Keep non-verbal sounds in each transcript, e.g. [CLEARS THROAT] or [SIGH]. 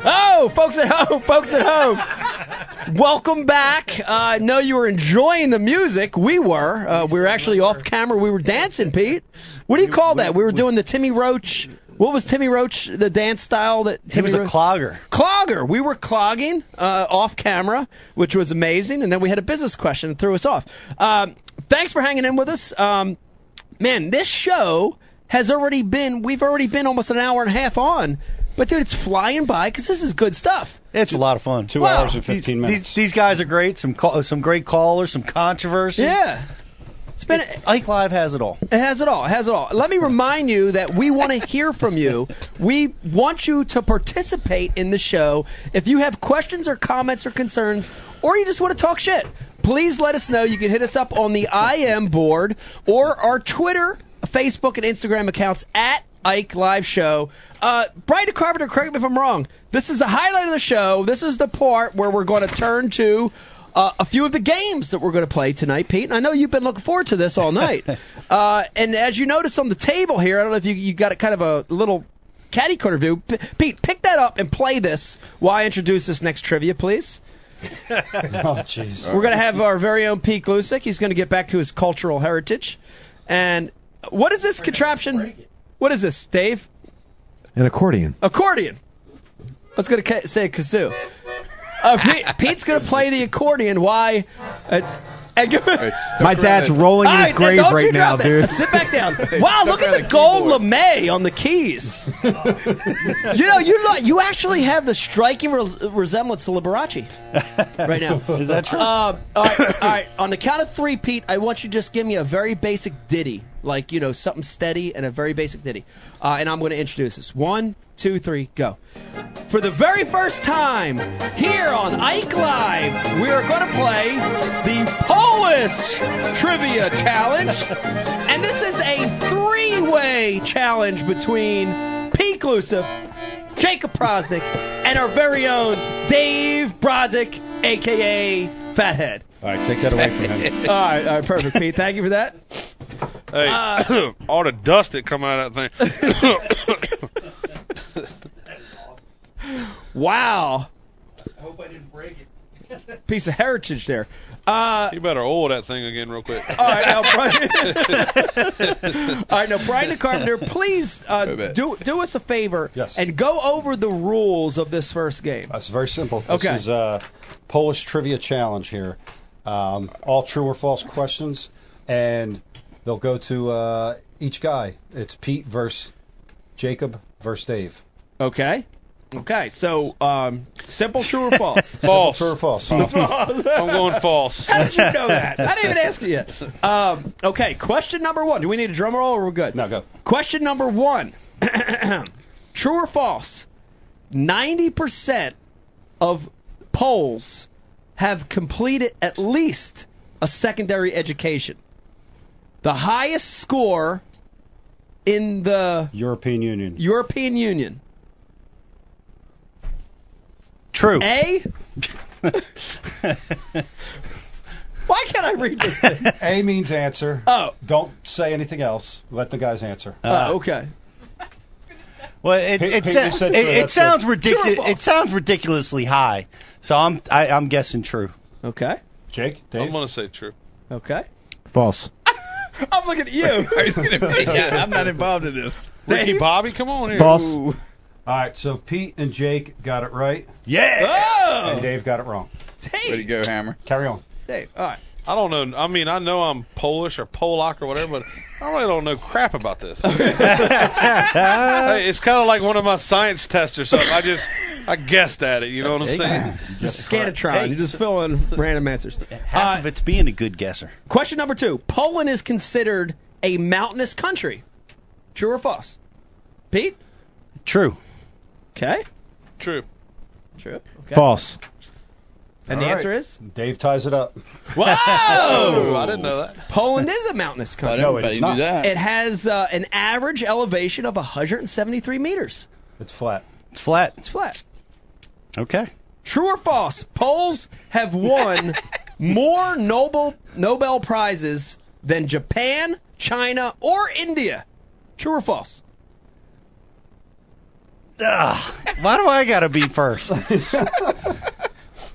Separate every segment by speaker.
Speaker 1: Hello, Oh, folks at home, folks at home. Welcome back. Uh, I know you were enjoying the music. We were. Uh, we were actually off camera. We were dancing, Pete. What do you call that? We were doing the Timmy Roach. What was Timmy Roach, the dance style that Timmy
Speaker 2: was a
Speaker 1: Roach-
Speaker 2: clogger.
Speaker 1: Clogger. We were clogging uh, off camera, which was amazing. And then we had a business question that threw us off. Um, thanks for hanging in with us. Um, man, this show has already been, we've already been almost an hour and a half on. But, dude, it's flying by because this is good stuff.
Speaker 2: It's a lot of fun.
Speaker 3: Two
Speaker 1: Wow.
Speaker 3: hours and 15 minutes.
Speaker 2: These, these guys are great. Some call, some great callers. Some controversy.
Speaker 1: Yeah. It's been, it
Speaker 2: Ike Live has it all.
Speaker 1: has it all. It has it all. Let me remind you that we want to hear from you. We want you to participate in the show. If you have questions or comments or concerns, or you just want to talk shit, please let us know. You can hit us up on the IM board or our Twitter, Facebook, and Instagram accounts at Ike Live Show. Uh, Brian Carpenter, correct me if I'm wrong. This is the highlight of the show. This is the part where we're going to turn to uh, a few of the games that we're going to play tonight, Pete. And I know you've been looking forward to this all night. uh, and as you notice on the table here, I don't know if you, you got a kind of a little caddy corner view. P- Pete, pick that up and play this while I introduce this next trivia, please. [LAUGHS]
Speaker 3: Oh, jeez.
Speaker 1: We're going to have our very own Pete Glusick. He's going to get back to his cultural heritage. And what is this contraption? What is this, Dave?
Speaker 4: An accordion.
Speaker 1: accordion. Let's go to ca- say kazoo. Uh, Pete,
Speaker 4: [LAUGHS]
Speaker 1: Pete's gonna play the accordion. Why? Uh, and give
Speaker 4: My dad's rolling in his grave
Speaker 1: don't you
Speaker 4: right now,
Speaker 1: drop that.
Speaker 4: dude.
Speaker 1: Sit back down. Wow, look at the gold lame on the keys. [LAUGHS] you know, you look, you actually have the striking re- resemblance to Liberace right now.
Speaker 2: [LAUGHS] Is that true?
Speaker 1: Uh, all right, all right. On the count of three, Pete, I want you to just give me a very basic ditty, like you know something steady and a very basic ditty, uh, and I'm going to introduce this. One, two, three, go. For the very first time here on Ike Live, we are going to play the Polish Trivia Challenge, and this is a three-way challenge between Pete Glusiv, Jacob Prosnick, and our very own Dave Brodzik, aka Fathead.
Speaker 3: All right, take that away from him.
Speaker 1: [LAUGHS] All right, all right, perfect, Pete. Thank you for that.
Speaker 5: Hey, [COUGHS] all the dust that come out of that thing.
Speaker 1: Wow. I hope I didn't break it. Piece of heritage there. Uh,
Speaker 5: you better oil that thing again real quick.
Speaker 1: all right, now Brian. [LAUGHS] all right, now Brian the Carpenter, please
Speaker 5: Wait a
Speaker 1: uh,
Speaker 5: minute.
Speaker 1: do do us a favor
Speaker 3: Yes.
Speaker 1: and go over the rules of this first game.
Speaker 3: That's very simple. This
Speaker 1: Okay.
Speaker 3: is uh, Polish trivia challenge here. Um, all true or false questions, and they'll go to uh, each guy. It's Pete versus Jacob versus Dave.
Speaker 1: Okay. Okay, so um, simple, true or false?
Speaker 5: False.
Speaker 3: True or false?
Speaker 5: I'm going false.
Speaker 1: [LAUGHS] How did you know that? I didn't even ask you yet. Um, okay, question number one. Do we need a drum roll or we're good?
Speaker 3: No, go.
Speaker 1: Question number one. [CLEARS THROAT] True or false? 90% of Poles have completed at least a secondary education. The highest score in the
Speaker 3: European Union.
Speaker 1: European Union.
Speaker 2: True.
Speaker 1: A? Why can't I read this thing?
Speaker 3: A means answer.
Speaker 1: Oh.
Speaker 3: Don't say anything else. Let the guys answer.
Speaker 1: Oh, okay.
Speaker 2: Well, it,
Speaker 3: Pete-
Speaker 2: it,
Speaker 3: Pete,
Speaker 2: sa-
Speaker 3: you said
Speaker 2: it,
Speaker 3: true,
Speaker 2: it
Speaker 3: that's
Speaker 2: sounds
Speaker 3: good.
Speaker 2: ridiculous.
Speaker 1: True or
Speaker 2: It
Speaker 1: false?
Speaker 2: sounds ridiculously high. So I'm I, I'm guessing true.
Speaker 1: Okay.
Speaker 3: Jake,
Speaker 5: I'm
Speaker 3: Dave.
Speaker 5: going to say true.
Speaker 1: Okay.
Speaker 4: False.
Speaker 1: I'm looking at
Speaker 5: [LAUGHS]
Speaker 1: you.
Speaker 6: yeah, I'm not involved in this.
Speaker 5: Ricky Bobby, come on here.
Speaker 4: False.
Speaker 3: All right, so Pete and Jake got it right,
Speaker 2: Yeah.
Speaker 1: Oh,
Speaker 3: and Dave got it wrong.
Speaker 6: Way to
Speaker 1: Dave.
Speaker 6: go, Hammer.
Speaker 3: Carry on.
Speaker 1: Dave. All right.
Speaker 5: I don't know. I mean, I know I'm Polish or Polak or whatever, but I really don't know crap about this. Hey, it's kind of like one of my science tests or something. I just, I guessed at it. You know what I'm saying?
Speaker 1: Just Scanatron. You just fill in random answers.
Speaker 2: Half of it's being a good guesser.
Speaker 1: Question number two. Poland is considered a mountainous country. True or false? Pete?
Speaker 2: True.
Speaker 1: Okay.
Speaker 5: True.
Speaker 1: True. Okay.
Speaker 4: False.
Speaker 1: And the
Speaker 3: All right.
Speaker 1: answer is?
Speaker 3: Dave ties it up.
Speaker 5: Oh, I
Speaker 1: Whoa!
Speaker 5: didn't know that.
Speaker 1: Poland is a mountainous
Speaker 6: But
Speaker 1: country.
Speaker 3: No, it
Speaker 6: everybody
Speaker 3: is
Speaker 6: knew
Speaker 3: not.
Speaker 6: that.
Speaker 1: It has uh, an average elevation of 173 meters.
Speaker 3: It's flat.
Speaker 2: It's flat.
Speaker 1: It's flat.
Speaker 2: Okay.
Speaker 1: True or false? Poles have
Speaker 3: [LAUGHS]
Speaker 1: won more Nobel Nobel prizes than Japan, China, or India. True or false?
Speaker 2: Ugh, [LAUGHS] why do I gotta
Speaker 3: [LAUGHS]
Speaker 2: be first?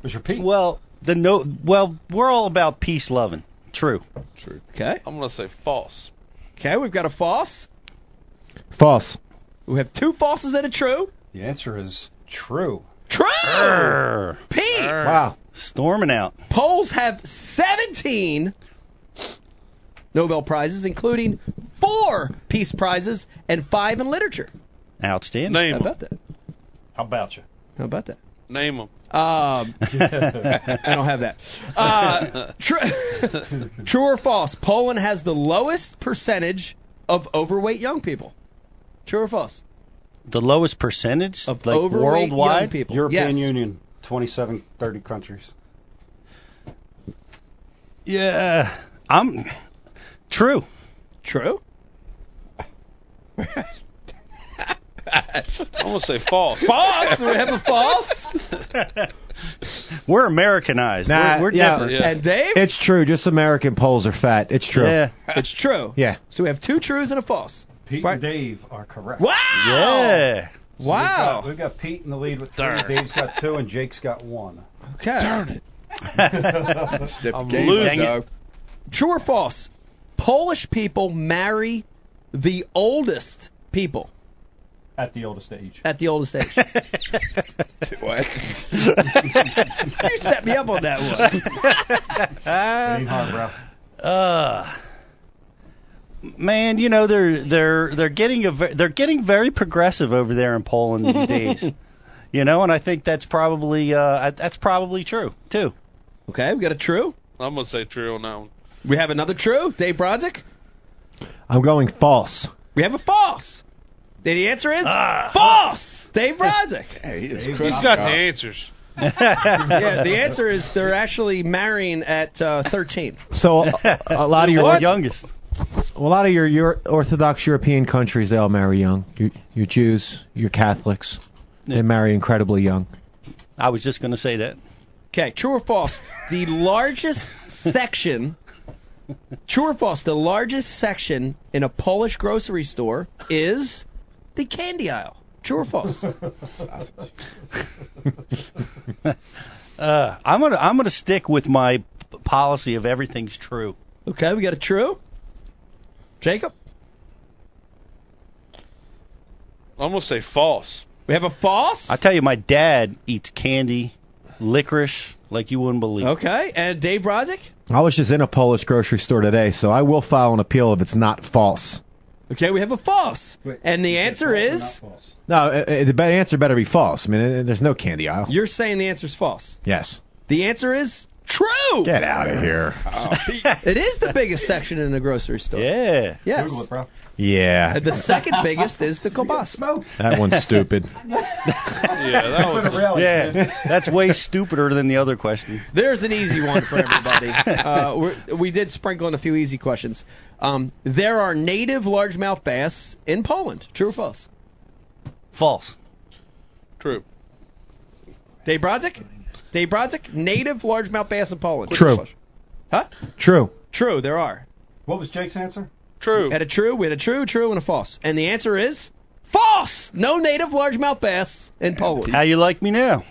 Speaker 3: Was your Pete?
Speaker 2: well, the no. Well, we're all about peace loving. True.
Speaker 5: True.
Speaker 1: Okay.
Speaker 5: I'm gonna say false.
Speaker 1: Okay, we've got a false.
Speaker 4: False.
Speaker 1: We have two falses and a true.
Speaker 3: The answer is true.
Speaker 1: True.
Speaker 2: Err,
Speaker 1: Pete.
Speaker 4: Wow.
Speaker 2: storming out.
Speaker 1: Polls have 17 Nobel prizes, including four peace prizes and five in literature.
Speaker 2: Outstanding.
Speaker 1: How
Speaker 5: Name them.
Speaker 1: about that?
Speaker 3: How about you?
Speaker 1: How about that?
Speaker 5: Name them.
Speaker 1: Um, [LAUGHS] I don't have that.
Speaker 5: [LAUGHS]
Speaker 1: Uh, tr- [LAUGHS] true or false? Poland has the lowest percentage of overweight young people. True or false?
Speaker 2: The lowest percentage
Speaker 1: Of
Speaker 2: like
Speaker 1: overweight young
Speaker 2: worldwide.
Speaker 1: people.
Speaker 3: European
Speaker 1: yes.
Speaker 3: Union, 27, 30 countries.
Speaker 2: Yeah. I'm. True.
Speaker 1: True.
Speaker 5: I'm gonna say false.
Speaker 1: False. we have a false.
Speaker 2: We're Americanized.
Speaker 4: Nah,
Speaker 2: we're we're
Speaker 4: yeah.
Speaker 2: different.
Speaker 5: Yeah.
Speaker 1: And Dave,
Speaker 4: It's true. Just American poles are fat. It's true. [LAUGHS]
Speaker 2: Yeah.
Speaker 1: it's true.
Speaker 4: Yeah.
Speaker 1: So we have two trues and a false.
Speaker 3: Pete
Speaker 1: Right.
Speaker 3: and Dave are correct.
Speaker 1: Wow.
Speaker 3: So
Speaker 2: Yeah.
Speaker 3: we've got-
Speaker 1: Wow.
Speaker 3: We've got, Pete in the lead with three. Dave's got two, and Jake's got one.
Speaker 1: Okay.
Speaker 3: [LAUGHS]
Speaker 6: Step the
Speaker 3: I'm
Speaker 6: game,
Speaker 5: losing.
Speaker 6: dog.
Speaker 1: True or false? Polish people marry the oldest people
Speaker 3: At the oldest age.
Speaker 1: at the oldest [LAUGHS] age.
Speaker 6: What?
Speaker 1: [LAUGHS] you set me up on that one.
Speaker 3: Aim hard, bro.
Speaker 2: Uh, man, you know they're they're they're getting a ve- they're getting very progressive over there in
Speaker 1: [LAUGHS]
Speaker 2: Poland these [LAUGHS] days. You know, and I think that's probably uh, I- that's probably true too.
Speaker 1: Okay, we got a true.
Speaker 5: I'm gonna say true on that one.
Speaker 1: [LAUGHS] We have another true. Dave Bronzik.
Speaker 4: I'm going false.
Speaker 1: We have a false. Then the answer is false. Dave Bronzik.
Speaker 6: Hey, it's
Speaker 3: He's
Speaker 5: He's
Speaker 6: Christmas,
Speaker 5: got
Speaker 6: dog.
Speaker 5: the answers.
Speaker 1: [LAUGHS] yeah, the answer is they're actually marrying at uh, 13.
Speaker 4: So a, a lot of your
Speaker 2: What? Youngest.
Speaker 4: a lot of your, your Orthodox European countries they all marry young. Your, your Jews, your Catholics, they marry incredibly young.
Speaker 2: I was just going to say that.
Speaker 1: Okay, true or false? The largest section. True or false? The largest section in a Polish grocery store is the candy aisle. True or false?
Speaker 2: Uh, I'm gonna I'm gonna stick with my p- policy of everything's true.
Speaker 1: Okay, we got a true. Jacob,
Speaker 5: I'm gonna say false.
Speaker 1: we have a false.
Speaker 2: I tell you, my dad eats candy, licorice, like you wouldn't believe.
Speaker 1: okay, and Dave Brodzik.
Speaker 4: I was just in a Polish grocery store today, so I will file an appeal if it's not false.
Speaker 1: Okay, we have a false. And the answer is
Speaker 4: No, uh, uh, the be- answer better be false. I mean, uh, there's no candy aisle.
Speaker 1: you're saying the answer's false.
Speaker 4: Yes.
Speaker 1: The answer is true.
Speaker 4: Get out of here.
Speaker 1: [LAUGHS] It is the biggest section in a grocery store.
Speaker 2: Yeah.
Speaker 1: Yes.
Speaker 3: Google it, bro.
Speaker 4: Yeah.
Speaker 1: [LAUGHS] And the second biggest is the kielbasa.
Speaker 4: That one's stupid.
Speaker 5: [LAUGHS] Yeah, that was.
Speaker 2: Yeah, [LAUGHS] that's way stupider than the other questions.
Speaker 1: There's an easy one for
Speaker 2: [LAUGHS]
Speaker 1: everybody. uh, we're- we did sprinkle in a few easy questions. Um, there are native largemouth bass in Poland. True or false?
Speaker 2: False.
Speaker 5: True.
Speaker 1: Dave Brodzik? Dave Brodzik? Native largemouth bass in Poland.
Speaker 4: True.
Speaker 1: True. Huh?
Speaker 4: True.
Speaker 1: True, there are.
Speaker 3: What was Jake's answer?
Speaker 5: True.
Speaker 1: We had a true, we had a true, true, and a false. And the answer is false! No native largemouth bass in Poland.
Speaker 2: How you like me now?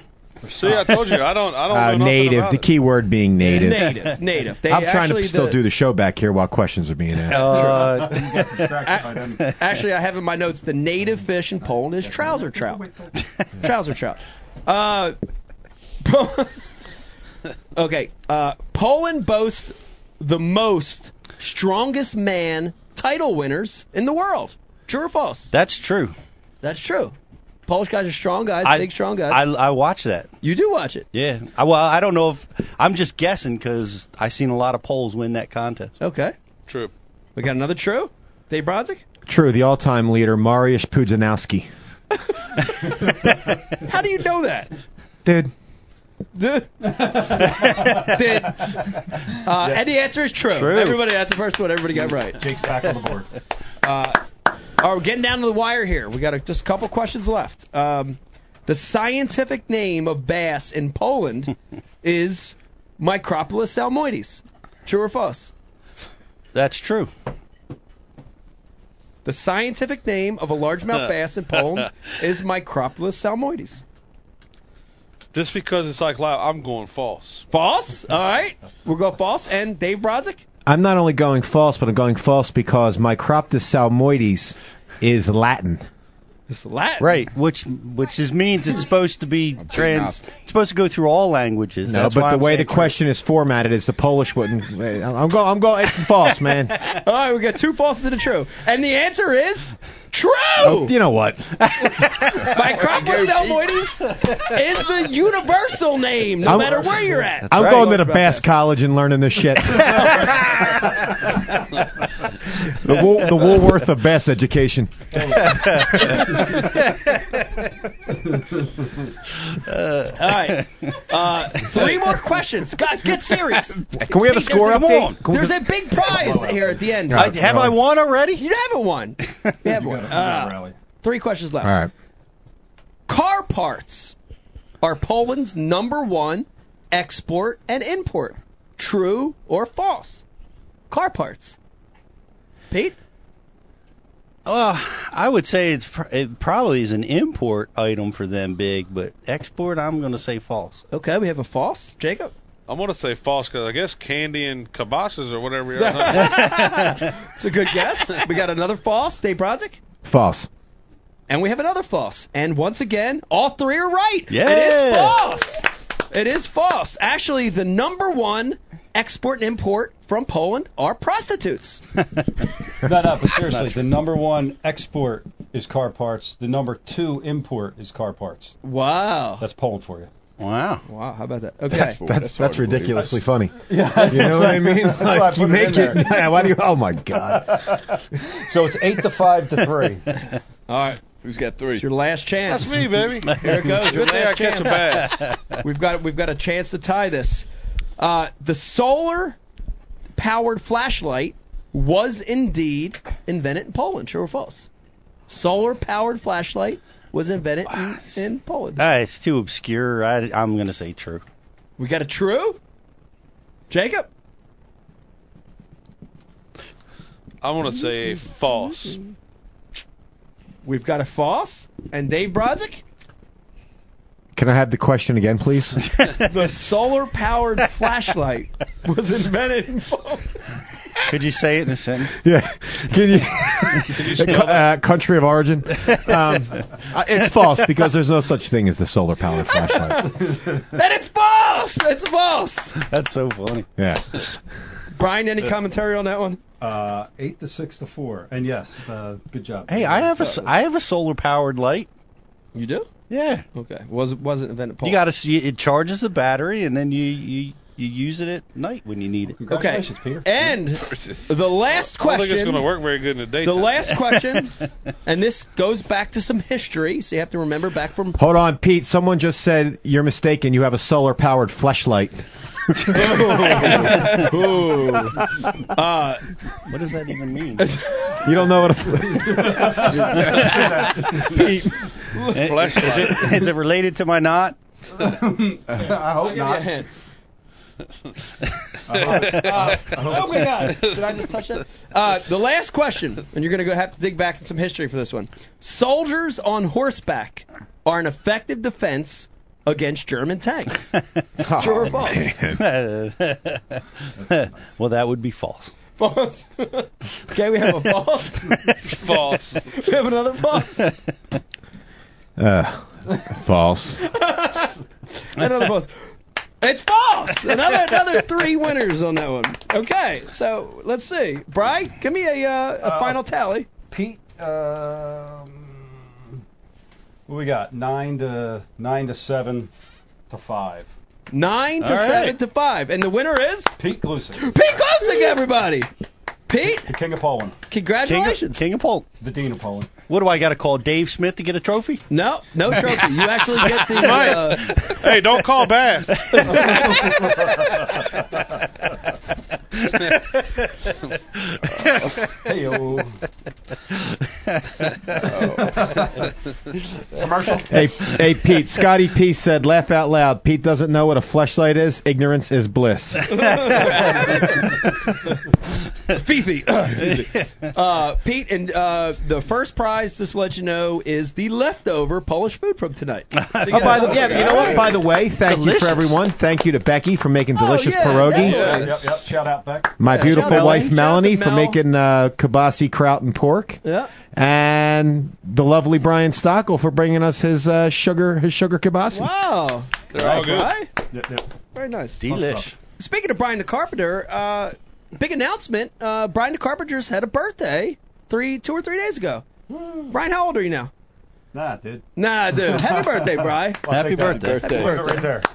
Speaker 5: See, I told you, I don't. I don't
Speaker 4: Uh,
Speaker 5: know nothing
Speaker 4: native.
Speaker 5: about
Speaker 4: The
Speaker 5: it.
Speaker 4: key word being native.
Speaker 1: Native. Native. They
Speaker 4: I'm trying
Speaker 1: actually
Speaker 4: to still
Speaker 1: the-
Speaker 4: do the show back here while questions are being asked.
Speaker 2: Uh,
Speaker 1: Actually, I have in my notes the native fish in Poland is trouser trout. trouser trout. Uh, [LAUGHS] Po- okay. Uh, Poland boasts the most strongest man title winners in the world. True or false?
Speaker 2: that's true.
Speaker 1: That's true. Polish guys are strong guys, big strong guys.
Speaker 2: I, I watch that.
Speaker 1: you do watch it.
Speaker 2: Yeah. I, well, I don't know if I'm just guessing because I seen a lot of polls win that contest.
Speaker 1: Okay.
Speaker 5: True.
Speaker 1: We got another true. Dave Brodzik?
Speaker 4: True. The all-time leader, Mariusz Pudzianowski.
Speaker 1: How do you know that?
Speaker 4: Dude.
Speaker 1: Dude. Did. Uh, And the answer is true.
Speaker 2: True.
Speaker 1: Everybody, that's the first one everybody got right. Uh,
Speaker 3: Jake's back on the board.
Speaker 1: All right, we're getting down to the wire here. We got a, just a couple questions left. Um, the scientific name of bass in Poland is Micropolis salmoides. True or false?
Speaker 2: That's true.
Speaker 1: The scientific name of a largemouth bass in Poland is Microptilus salmoides.
Speaker 5: Just because it's like loud, I'm going false.
Speaker 1: False. All right, we'll go false. And Dave [LAUGHS] Brodzik.
Speaker 4: I'm not only going false, but I'm going false because Microptus salmoides is Latin.
Speaker 1: It's Latin.
Speaker 2: Right, which which is means it's supposed to be trans. It's supposed to go through all languages.
Speaker 4: No,
Speaker 2: That's
Speaker 4: but
Speaker 2: why
Speaker 4: the
Speaker 2: I'm
Speaker 4: way
Speaker 2: saying
Speaker 4: the
Speaker 2: true.
Speaker 4: question is formatted is the Polish wouldn't. I'm going. I'm going. It's false,
Speaker 1: [LAUGHS]
Speaker 4: man.
Speaker 1: All right, we got two falses and a true, and the answer is true.
Speaker 4: Oh, you know what?
Speaker 1: Microptilus salmoides is the universal name, no
Speaker 4: I'm-
Speaker 1: matter where you're at.
Speaker 4: I'm
Speaker 2: right.
Speaker 4: going to the Bass College and learning
Speaker 1: [LAUGHS]
Speaker 4: this shit. the, Wool, the Woolworth of Bass education.
Speaker 1: All right, uh, three more questions, guys. Get serious.
Speaker 4: Can we have a
Speaker 1: Hey,
Speaker 4: score
Speaker 1: there's a-
Speaker 4: update?
Speaker 2: on.
Speaker 4: Can we
Speaker 1: There's
Speaker 4: just-
Speaker 1: a big prize here at the end.
Speaker 4: All
Speaker 2: I,
Speaker 4: right.
Speaker 2: have I won already?
Speaker 1: You haven't
Speaker 2: [LAUGHS]
Speaker 1: won. You haven't won. Uh, three questions left.
Speaker 4: All right.
Speaker 1: Car parts are Poland's number one export and import. True or false? Car parts. Pete?
Speaker 2: Uh, I would say it's pr- it probably is an import item for them big, but export I'm going to say false.
Speaker 1: Okay, we have a false. Jacob?
Speaker 5: I'm gonna say false because I guess candy and kiboshes or whatever.
Speaker 1: [LAUGHS]
Speaker 5: you are.
Speaker 1: It's a good guess. we got another false. Dave Brodzik?
Speaker 4: False.
Speaker 1: And we have another false. And once again, all three are right. It is
Speaker 2: Yeah.
Speaker 1: false. It is false. Actually, the number one export and import from Poland are prostitutes.
Speaker 3: No, no, but seriously, the number one export is car parts. The number two import is car parts.
Speaker 1: Wow.
Speaker 3: That's Poland for you.
Speaker 2: Wow.
Speaker 1: Wow, how about that? Okay.
Speaker 4: That's that's ridiculously funny.
Speaker 3: Yeah,
Speaker 4: You know what I mean?
Speaker 3: why I
Speaker 4: Like, you
Speaker 3: put it in
Speaker 4: make it. [LAUGHS] Why do you? Oh my God.
Speaker 3: [LAUGHS] so it's eight to five to
Speaker 1: [LAUGHS]
Speaker 3: three.
Speaker 1: All right.
Speaker 6: Who's got three?
Speaker 1: It's your last chance.
Speaker 5: That's me, baby.
Speaker 1: [LAUGHS] Here it goes. Your
Speaker 5: Good thing I
Speaker 1: last
Speaker 5: catch a
Speaker 1: chance.
Speaker 5: bass.
Speaker 1: [LAUGHS] We've got we've got a chance to tie this. Uh, the solar powered flashlight was indeed invented in Poland. True or false? Solar powered flashlight was invented in, in Poland.
Speaker 2: Ah, it's too obscure. I, I'm going to say true.
Speaker 1: We got a true. Jacob.
Speaker 5: I'm gonna say false.
Speaker 1: We've got a false. And Dave Brodzik.
Speaker 4: Can I have the question again, please?
Speaker 1: The solar
Speaker 5: [LAUGHS]
Speaker 1: powered flashlight was invented in Poland.
Speaker 2: [LAUGHS] Could you say it in a sentence?
Speaker 4: Yeah. Can you? uh, country of
Speaker 2: [LAUGHS]
Speaker 4: origin. Um, uh, it's false because there's no such thing as the solar powered flashlight.
Speaker 1: That it's false. It's false.
Speaker 2: That's so funny.
Speaker 4: Yeah.
Speaker 1: Brian, any commentary on that one?
Speaker 3: Uh, eight to six to four. And yes, uh, good job.
Speaker 2: Hey, I have a s- I have a solar powered light.
Speaker 1: You do?
Speaker 2: Yeah.
Speaker 1: Okay. Was wasn't invented Paul.
Speaker 2: You got to see it charges the battery and then you you you use it at night when you need it.
Speaker 3: Congratulations, Peter.
Speaker 1: And the
Speaker 3: [LAUGHS]
Speaker 1: last
Speaker 5: I don't think it's
Speaker 1: question.
Speaker 5: gonna work very good in the daytime.
Speaker 1: The last
Speaker 5: [LAUGHS]
Speaker 1: question, and this goes back to some history, so you have to remember back from.
Speaker 4: Hold on, Pete. Someone just said you're mistaken. You have a solar powered
Speaker 2: [LAUGHS]
Speaker 4: flashlight. [LAUGHS]
Speaker 2: What does that even mean?
Speaker 4: Uh, You don't know what a. Pete.
Speaker 5: Flashlight.
Speaker 2: Is it, is it related to
Speaker 3: [LAUGHS]
Speaker 2: my knot?
Speaker 3: [LAUGHS] I hope not.
Speaker 1: [LAUGHS] oh my God! Did I just touch that? Uh, the last question, and you're going to go have to dig back in some history for this one. Soldiers on horseback are an effective defense against German
Speaker 3: [LAUGHS]
Speaker 1: tanks. True or false?
Speaker 3: Oh,
Speaker 1: [LAUGHS]
Speaker 2: well, that would be false.
Speaker 1: [LAUGHS] False. okay, we have a false.
Speaker 5: false.
Speaker 1: [LAUGHS] We have another
Speaker 4: [LAUGHS]
Speaker 1: false.
Speaker 4: Uh,
Speaker 1: [LAUGHS]
Speaker 4: false.
Speaker 1: another false. It's false. Another another three winners on that one. Okay, so let's see. Bry, give me a, uh, a final tally.
Speaker 3: Pete, um, what we got? Nine to nine to seven to five.
Speaker 1: Nine to
Speaker 2: All right.
Speaker 1: seven to five, and the winner is
Speaker 3: Pete Glusick,
Speaker 1: Pete Glusik,
Speaker 3: [LAUGHS]
Speaker 1: everybody. Pete,
Speaker 3: the King of Poland,
Speaker 2: King of,
Speaker 1: congratulations.
Speaker 2: King of Pole.
Speaker 3: the Dean of Poland.
Speaker 2: What do I got to call Dave Smith to get a trophy?
Speaker 1: No, no trophy. You actually get
Speaker 2: [LAUGHS]
Speaker 1: the. Uh, [LAUGHS]
Speaker 5: hey, don't call bass.
Speaker 3: Hey-o.
Speaker 6: Commercial.
Speaker 4: Oh. Hey, hey, Pete. Scotty P said, "Laugh out loud." Pete doesn't know what a fleshlight is. Ignorance is
Speaker 1: [LAUGHS]
Speaker 4: bliss.
Speaker 1: [LAUGHS] Fifi. [CLEARS THROAT] Excuse me. Uh, Pete, and uh, the first prize, just to let you know, is the leftover Polish food from tonight. So you
Speaker 4: [LAUGHS] Oh, by
Speaker 1: got-
Speaker 4: the yeah, but you know what? By the way, thank you
Speaker 2: Delicious.
Speaker 4: for everyone. Thank you to Becky for making delicious
Speaker 1: Oh, yeah,
Speaker 4: pierogi.
Speaker 1: yeah.
Speaker 3: yep, yep. Shout out, Beck.
Speaker 4: My beautiful
Speaker 1: shout out
Speaker 4: wife
Speaker 1: Elaine.
Speaker 4: Melanie
Speaker 1: Shout out
Speaker 4: for
Speaker 1: to Mel.
Speaker 4: making uh, kibasi kraut and pork,
Speaker 1: Yeah.
Speaker 4: and the lovely Brian Stockel for bringing us his uh, sugar his sugar kibasi.
Speaker 1: Wow.
Speaker 5: They're all good.
Speaker 1: Right? Very nice.
Speaker 2: Delish.
Speaker 1: Speaking of Brian the Carpenter, uh, big announcement. Uh, Brian the Carpenter's had a birthday three, two or three days ago. Brian, how old are you now?
Speaker 3: Nah, dude.
Speaker 1: Nah, dude. Happy birthday, Brian.
Speaker 2: Happy birthday.
Speaker 6: Birthday.
Speaker 3: Right there.
Speaker 2: [LAUGHS]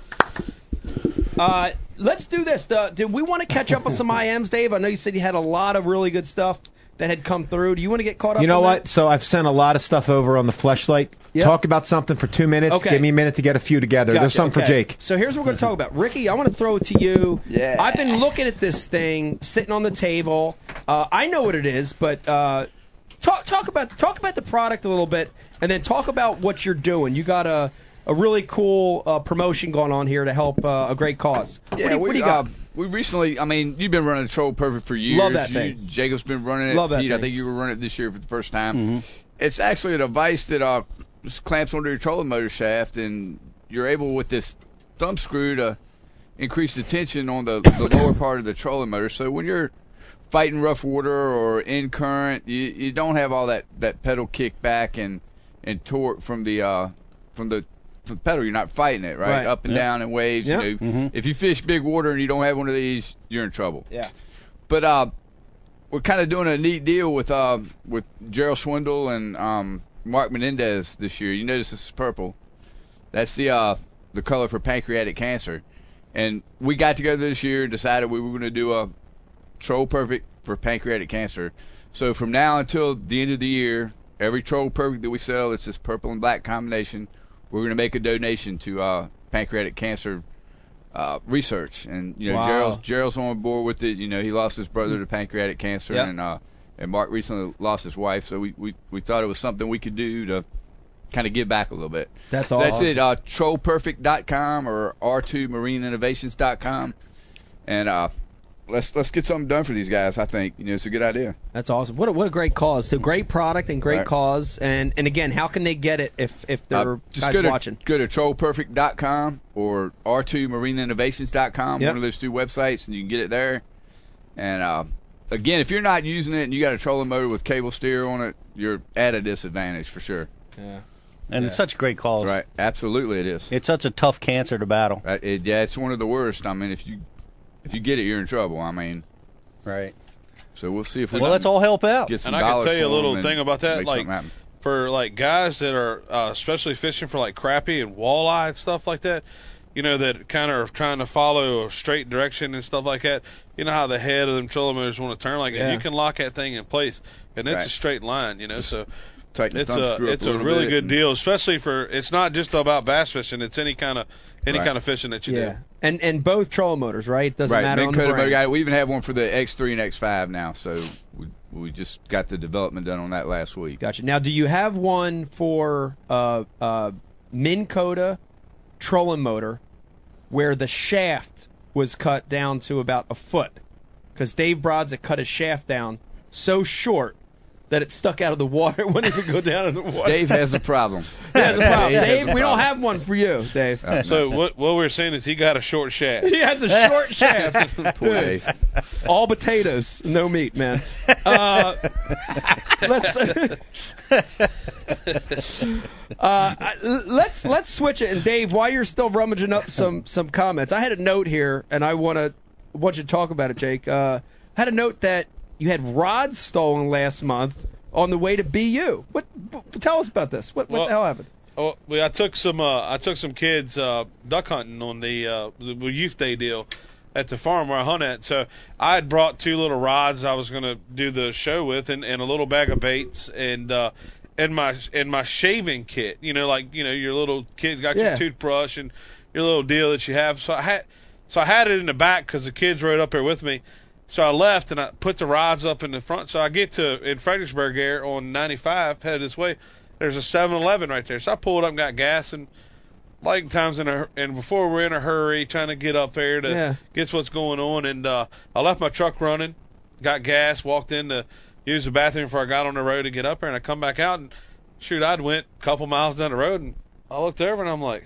Speaker 1: Uh, let's do this. Uh, did we want to catch up on some IMs, Dave? I know you said you had a lot of really good stuff that had come through. Do you want to get caught up?
Speaker 4: You know
Speaker 1: on
Speaker 4: what?
Speaker 1: that?
Speaker 4: So I've sent a lot of stuff over on the fleshlight.
Speaker 1: Yep.
Speaker 4: Talk about something for two minutes.
Speaker 1: Okay.
Speaker 4: Give me a minute to get a few together. There's
Speaker 1: Gotcha,
Speaker 4: some for
Speaker 1: okay.
Speaker 4: Jake.
Speaker 1: So here's what we're going to talk about. Ricky, I want to throw it to you.
Speaker 6: Yeah.
Speaker 1: I've been looking at this thing sitting on the table. Uh, I know what it is, but uh, talk talk about talk about the product a little bit, and then talk about what you're doing. You got a a really cool uh, promotion going on here to help uh, a great cause. what, do you,
Speaker 6: we,
Speaker 1: what do you got?
Speaker 6: uh, we recently, I mean, you've been running Troll Perfect for years.
Speaker 1: Love that
Speaker 6: You-
Speaker 1: thing.
Speaker 6: Jacob's been running it.
Speaker 1: Love that
Speaker 6: Pete,
Speaker 1: thing.
Speaker 6: I
Speaker 1: Mm-hmm.
Speaker 6: think you were running it this year for the first time. It's actually a device that uh, just clamps onto your trolling motor shaft, and you're able with this thumb screw to increase the tension on the, the
Speaker 1: [COUGHS]
Speaker 6: lower part of the trolling motor. So when you're fighting rough water or in current, you, you don't have all that, that pedal kick back and, and torque from the uh, from the from the pedal. You're not fighting it, right?
Speaker 1: Right.
Speaker 6: Up and down and waves.
Speaker 1: Yeah. Mm-hmm.
Speaker 6: You know, If you fish big water and you don't have one of these, you're in trouble.
Speaker 1: Yeah.
Speaker 6: But uh, we're kind of doing a neat deal with uh, with Gerald Swindle and um, Mark Menendez this year. You notice this is purple. That's the uh, the color for pancreatic cancer. And we got together this year and decided we were going to do a troll perfect for pancreatic cancer. So from now until the end of the year, every troll perfect that we sell, it's this purple and black combination. We're going to make a donation to uh, pancreatic cancer uh, research. And you know,
Speaker 1: Wow.
Speaker 6: Gerald's Gerald's on board with it. You know, he lost his brother to pancreatic cancer,
Speaker 1: Yep.
Speaker 6: and uh, and Mark recently lost his wife. So we, we we thought it was something we could do to kind of give back a little bit.
Speaker 1: That's
Speaker 6: So
Speaker 1: awesome.
Speaker 6: That's it. Uh, trollperfect.com or r2marineinnovations.com, and uh, let's let's get something done for these guys. I think you know it's a good idea.
Speaker 1: That's awesome. What a, what a great cause. So great product and great
Speaker 6: Right.
Speaker 1: cause. And and again, how can they get it if if
Speaker 6: Uh,
Speaker 1: they're
Speaker 6: just
Speaker 1: guys
Speaker 6: go to,
Speaker 1: watching?
Speaker 6: go to trollperfect.com or r2marineinnovations.com,
Speaker 1: Yep.
Speaker 6: one of those two websites, and you can get it there. And uh, again, if you're not using it and you got a trolling motor with cable steer on it, you're at a disadvantage for sure.
Speaker 2: And it's such great calls.
Speaker 6: Right? Absolutely, it is.
Speaker 2: It's such a tough cancer to battle.
Speaker 6: Right? It, yeah, it's one of the worst. I mean, if you if you get it, you're in trouble. I mean,
Speaker 2: Right.
Speaker 6: so we'll see if we
Speaker 2: Well, [LAUGHS] let's all help out.
Speaker 6: get some
Speaker 5: And I can
Speaker 6: dollars
Speaker 5: tell you a
Speaker 6: for 'em
Speaker 5: little
Speaker 6: and
Speaker 5: thing about that,
Speaker 6: make
Speaker 5: like-
Speaker 6: something happen.
Speaker 5: for like guys that are uh, especially fishing for like crappie and walleye and stuff like that. You know that kind of are trying to follow a straight direction and stuff like that. You know how the head of them trolling motors want to turn like
Speaker 1: Yeah.
Speaker 5: if you can lock that thing in place and it's a
Speaker 6: Right.
Speaker 5: straight line. You know so
Speaker 6: [LAUGHS] Tighten the
Speaker 5: it's
Speaker 6: thumb
Speaker 5: a
Speaker 6: screw up
Speaker 5: it's a
Speaker 6: little
Speaker 5: really
Speaker 6: bit
Speaker 5: good
Speaker 6: and-
Speaker 5: deal, especially for it's not just about bass fishing. It's any kind of any
Speaker 6: Right.
Speaker 5: kind of fishing that you
Speaker 1: Yeah. And and both troll motors, right? Doesn't
Speaker 6: Right,
Speaker 1: matter
Speaker 6: Minn
Speaker 1: on
Speaker 6: Kota
Speaker 1: the brand.
Speaker 6: Motor Guide. We even have one for the X3 and X5 now, so we, we just got the development done on that last week.
Speaker 1: Gotcha. Now, do you have one for uh, uh, Minn Kota trolling motor where the shaft was cut down to about a foot? Because Dave Brodza cut his shaft down so short that it stuck out of the water. [LAUGHS] It wouldn't even go down in the water.
Speaker 6: Dave has a problem.
Speaker 1: That's a problem.
Speaker 6: Dave has
Speaker 1: Dave,
Speaker 6: a
Speaker 1: we don't
Speaker 6: problem.
Speaker 1: have one for you, Dave.
Speaker 6: Uh,
Speaker 5: do. So what what we're saying is he got a short shaft.
Speaker 1: [LAUGHS] He has a short shaft.
Speaker 6: [LAUGHS] poor Dave.
Speaker 1: All potatoes, no meat, man. Uh, [LAUGHS] let's [LAUGHS] uh, I- l- uh, let's let's switch it. And Dave, while you're still rummaging up some some comments, I had a note here, and I want to want you to talk about it, Jake. Uh, I had a note that you had rods stolen last month on the way to BU. What? b- Tell us about this. What, what
Speaker 5: Well,
Speaker 1: the hell happened?
Speaker 5: Oh, well, I took some uh, I took some kids uh, duck hunting on the, uh, the youth day deal at the farm where I hunt at. So I had brought two little rods I was gonna do the show with, and, and a little bag of baits, and uh, and my and my shaving kit. You know, like you know your little kid got
Speaker 1: Yeah.
Speaker 5: your toothbrush and your little deal that you have. So I had so I had it in the back because the kids rode up here with me. So I left and I put the rods up in the front. So I get to in Fredericksburg Air on 95, headed this way. There's a 7-Eleven right there. So I pulled up and got gas and like times in a and before we're in a hurry trying to get up there to
Speaker 1: Yeah.
Speaker 5: get what's going on. And uh, I left my truck running, got gas, walked in to use the bathroom before I got on the road to get up there. And I come back out and shoot, I'd went a couple miles down the road and I looked over and I'm like.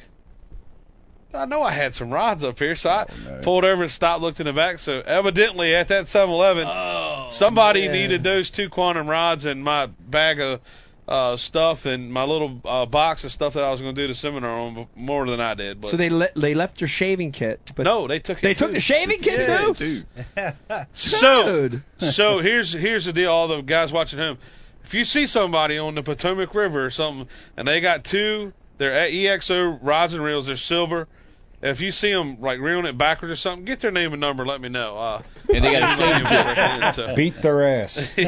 Speaker 5: I know I had some rods up here, so I
Speaker 1: Oh,
Speaker 6: no.
Speaker 5: pulled over and stopped, looked in the back. So evidently, at that 7-Eleven, somebody needed those two quantum rods and my bag of uh, stuff and my little uh, box of stuff that I was going to do the seminar on b- more than I did. But
Speaker 1: So they le- they left your shaving kit, but
Speaker 5: no, they took it
Speaker 1: they took
Speaker 5: too.
Speaker 1: the shaving kit
Speaker 5: Yeah,
Speaker 1: too.
Speaker 6: Dude,
Speaker 5: [LAUGHS] So
Speaker 1: Dude.
Speaker 5: so here's here's the deal, all the guys watching home. If you see somebody on the Potomac River or something, and they got two, they're at E EXO rods and reels, they're silver. If you see them like reeling it backwards or something, get their name and number. Let me know. Uh,
Speaker 6: and they got a
Speaker 5: my name [LAUGHS]
Speaker 6: safety.
Speaker 5: and number,
Speaker 1: [LAUGHS]
Speaker 5: so-
Speaker 3: Beat their ass.
Speaker 5: yeah.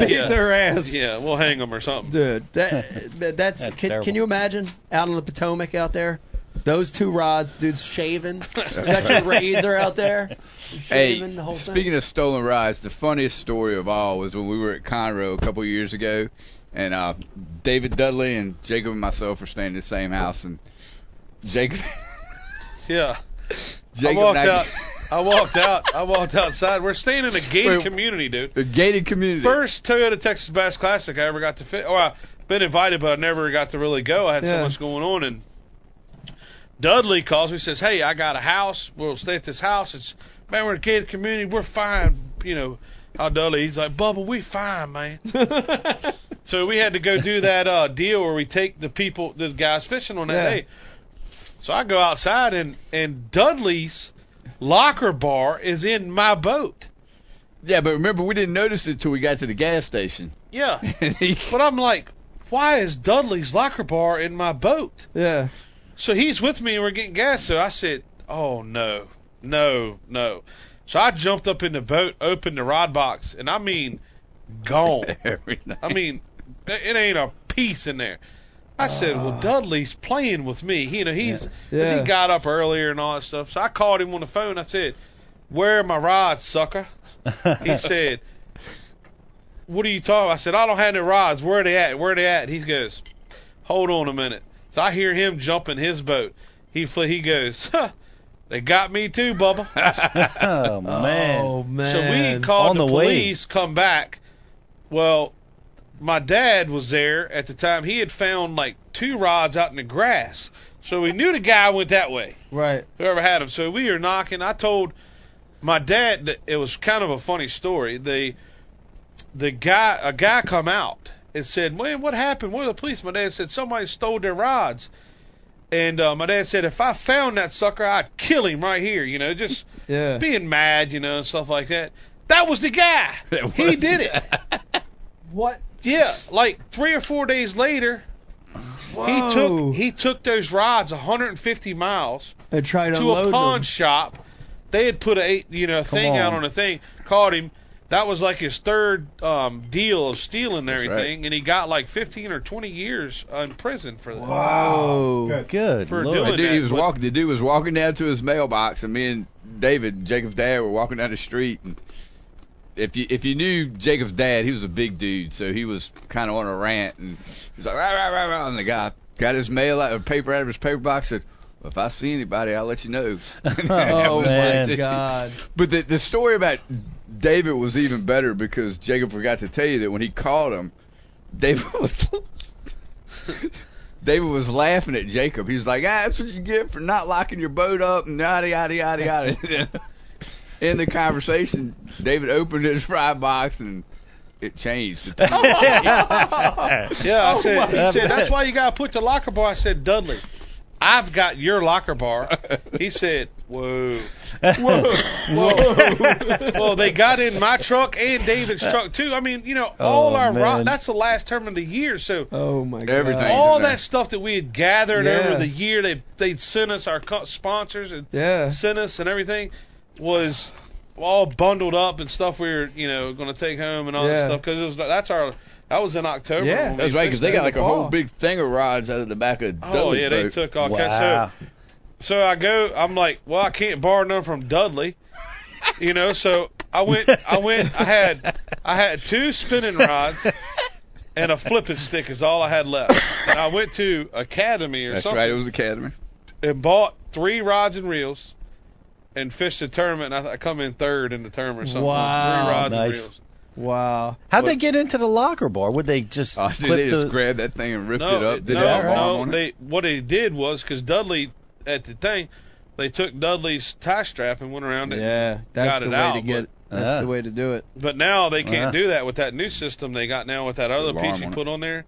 Speaker 1: ass.
Speaker 5: Yeah, we'll hang them or something.
Speaker 1: Dude,
Speaker 5: [LAUGHS]
Speaker 1: that, that- that's,
Speaker 2: That's
Speaker 1: can,
Speaker 2: terrible.
Speaker 1: can you imagine out on the Potomac out there? Those two rods, dude's
Speaker 6: [LAUGHS]
Speaker 1: shaving. He's got your razor out there. Shaving
Speaker 6: Hey,
Speaker 1: the whole thing.
Speaker 6: speaking of stolen rides, the funniest story of all was when we were at Conroe a couple years ago, and uh, David Dudley and Jacob and myself were staying in the same house, and Jacob,
Speaker 5: Yeah.
Speaker 6: Jacob
Speaker 5: I walked
Speaker 6: and I-
Speaker 5: out. I walked out. I walked outside. We're staying in a gated
Speaker 6: [LAUGHS] Wait.
Speaker 5: community, dude.
Speaker 6: the gated community.
Speaker 5: First Toyota Texas Bass Classic I ever got to fit. Or I've been invited, but I never got to really go. I had so
Speaker 1: Yeah.
Speaker 5: much going on. And Dudley calls me, says, "Hey, I got a house. We'll stay at this house. It's man, we're in a gated community. We're fine. You know how Dudley? He's like, Bubba, we fine,
Speaker 6: [LAUGHS]
Speaker 5: man. so we had to go do that uh, deal where we take the people, the guys fishing on that
Speaker 1: Yeah.
Speaker 5: day. So I go outside and and Dudley's locker bar is in my boat.
Speaker 6: yeah, but remember we didn't notice it till we got to the gas station.
Speaker 5: Yeah.
Speaker 6: [LAUGHS] And he-
Speaker 5: But I'm like, why is Dudley's locker bar in my boat?
Speaker 1: yeah.
Speaker 5: So he's with me and we're getting gas. So I said, oh no, no, no. So I jumped up in the boat, opened the rod box, and I mean,
Speaker 1: [LAUGHS]
Speaker 5: gone.
Speaker 6: everything.
Speaker 5: I mean, it it ain't a piece in there. I said, well, Dudley's playing with me. He, you know, he's 'cause
Speaker 1: Ah. Yeah.
Speaker 5: he got up earlier and all that stuff. So I called him on the phone. I said, where are my rods, sucker? He said, what are you talking? I said, I don't have any rods. Where are they at? Where are they at? He goes, hold on a minute. So I hear him jump in his boat. He fl- he goes, [LAUGHS] huh, they got me too, Bubba.
Speaker 2: oh man.
Speaker 1: Oh
Speaker 5: So
Speaker 1: man.
Speaker 5: we called
Speaker 2: On
Speaker 5: the,
Speaker 2: the way.
Speaker 5: police, come back. Well, my dad was there at the time. He had found like two rods out in the grass. So we knew the guy went that way,
Speaker 1: right.
Speaker 5: whoever had him. So we were knocking. I told my dad that it was kind of a funny story. The the guy a guy come out and said, Man, what happened? Where are the police? My dad said, Somebody stole their rods. And uh, my dad said, If I found that sucker, I'd kill him right here, you know, just
Speaker 1: Yeah.
Speaker 5: being mad, you know, and stuff like that. That was the
Speaker 1: [LAUGHS]
Speaker 5: guy.
Speaker 6: That
Speaker 5: he
Speaker 6: was
Speaker 5: did it.
Speaker 1: What?
Speaker 5: Yeah, like three or four days later, he
Speaker 1: Whoa.
Speaker 5: took he took those rides 150 miles
Speaker 1: And try to,
Speaker 5: to
Speaker 1: unload
Speaker 5: a pawn
Speaker 1: them.
Speaker 5: shop. They had put a eight, you know thing out
Speaker 2: on.
Speaker 5: on a thing, caught him. That was like his third um, deal of stealing and
Speaker 6: right.
Speaker 5: everything, and he got like 15 or 20 years uh, in prison for that.
Speaker 1: Oh.
Speaker 2: Good
Speaker 5: uh, For
Speaker 2: lord.
Speaker 5: doing-
Speaker 6: The dude, he was
Speaker 5: What-
Speaker 6: walking. The dude was walking down to his mailbox, and me and David, Jacob's dad, were walking down the street. And if you if you knew Jacob's dad, he was a big dude, so he was kind of on a rant, and he's like, rah, rah, rah, rah, and the guy got his mail out, or paper out of his paper box, said. "Well, If I see anybody, I'll let you
Speaker 2: [LAUGHS]
Speaker 6: know. [LAUGHS]
Speaker 1: Oh
Speaker 6: oh
Speaker 1: my
Speaker 2: Man.
Speaker 1: God.
Speaker 6: But the the story about David was even better because Jacob forgot to tell you that when he called him, David [LAUGHS] was David was laughing at Jacob. He's like, "Ah, that's what you get for not locking your boat up and yada yada
Speaker 5: [LAUGHS]
Speaker 6: yada yada." In the conversation, David opened his fry box and it changed. [LAUGHS]
Speaker 5: Yeah, I
Speaker 1: Oh
Speaker 5: said,
Speaker 2: my-
Speaker 5: he said, that's why you got to put the locker bar. I said, Dudley, I've got your locker bar. He said, whoa. Whoa. Whoa. [LAUGHS] well, they got in my truck and David's truck, too. I mean, you know, all
Speaker 2: Oh,
Speaker 5: our rock,
Speaker 2: man.
Speaker 5: that's the last term of the year. So
Speaker 1: Oh my God.
Speaker 6: Everything.
Speaker 5: all
Speaker 6: in there.
Speaker 5: that stuff that we had gathered
Speaker 1: Yeah.
Speaker 5: over the year, they, they'd sent us our co- sponsors and
Speaker 1: Yeah.
Speaker 5: sent us and everything was all bundled up and stuff we were, you know, going to take home and all
Speaker 1: Yeah.
Speaker 5: that stuff. Because that's our, that was in October.
Speaker 1: Yeah.
Speaker 5: when we
Speaker 6: That's right, because they
Speaker 5: fished
Speaker 6: got
Speaker 5: that.
Speaker 6: like a
Speaker 1: Paul.
Speaker 6: whole big thing of rods out of the back of.
Speaker 5: Oh
Speaker 6: Dudley's
Speaker 5: yeah, they
Speaker 6: boat.
Speaker 5: took all
Speaker 2: Wow.
Speaker 5: kinds. So, so I go. I'm like, well, I can't borrow none from Dudley, you know. So I went. I went. I had. I had two spinning rods and a flipping stick is all I had left. And I went to Academy or
Speaker 6: That's
Speaker 5: something
Speaker 6: right. It was Academy.
Speaker 5: and bought three rods and reels and fished a tournament. And I, I come in third in the tournament or something.
Speaker 2: Wow,
Speaker 5: three rods and
Speaker 2: nice.
Speaker 5: reels.
Speaker 1: Wow.
Speaker 2: How'd
Speaker 5: But-
Speaker 2: they get into the locker bar? Would they just
Speaker 6: Uh,
Speaker 2: clip
Speaker 6: dude, they
Speaker 2: the?
Speaker 6: just grabbed that thing and ripped
Speaker 5: no,
Speaker 6: it up. Did
Speaker 5: no,
Speaker 6: that
Speaker 5: no,
Speaker 6: bomb on it?
Speaker 5: They what they did was because Dudley at the thing, they took Dudley's tie strap and went around it.
Speaker 1: Yeah,
Speaker 5: Got
Speaker 1: that's
Speaker 5: it
Speaker 1: the way
Speaker 5: out,
Speaker 1: to get. uh-huh. That's
Speaker 2: Ah.
Speaker 6: Uh.
Speaker 1: the way to do it.
Speaker 5: But now they can't
Speaker 2: Yeah.
Speaker 5: do that with that new system they got now with that other
Speaker 6: Alarm
Speaker 5: piece you
Speaker 6: on it.
Speaker 5: put on there.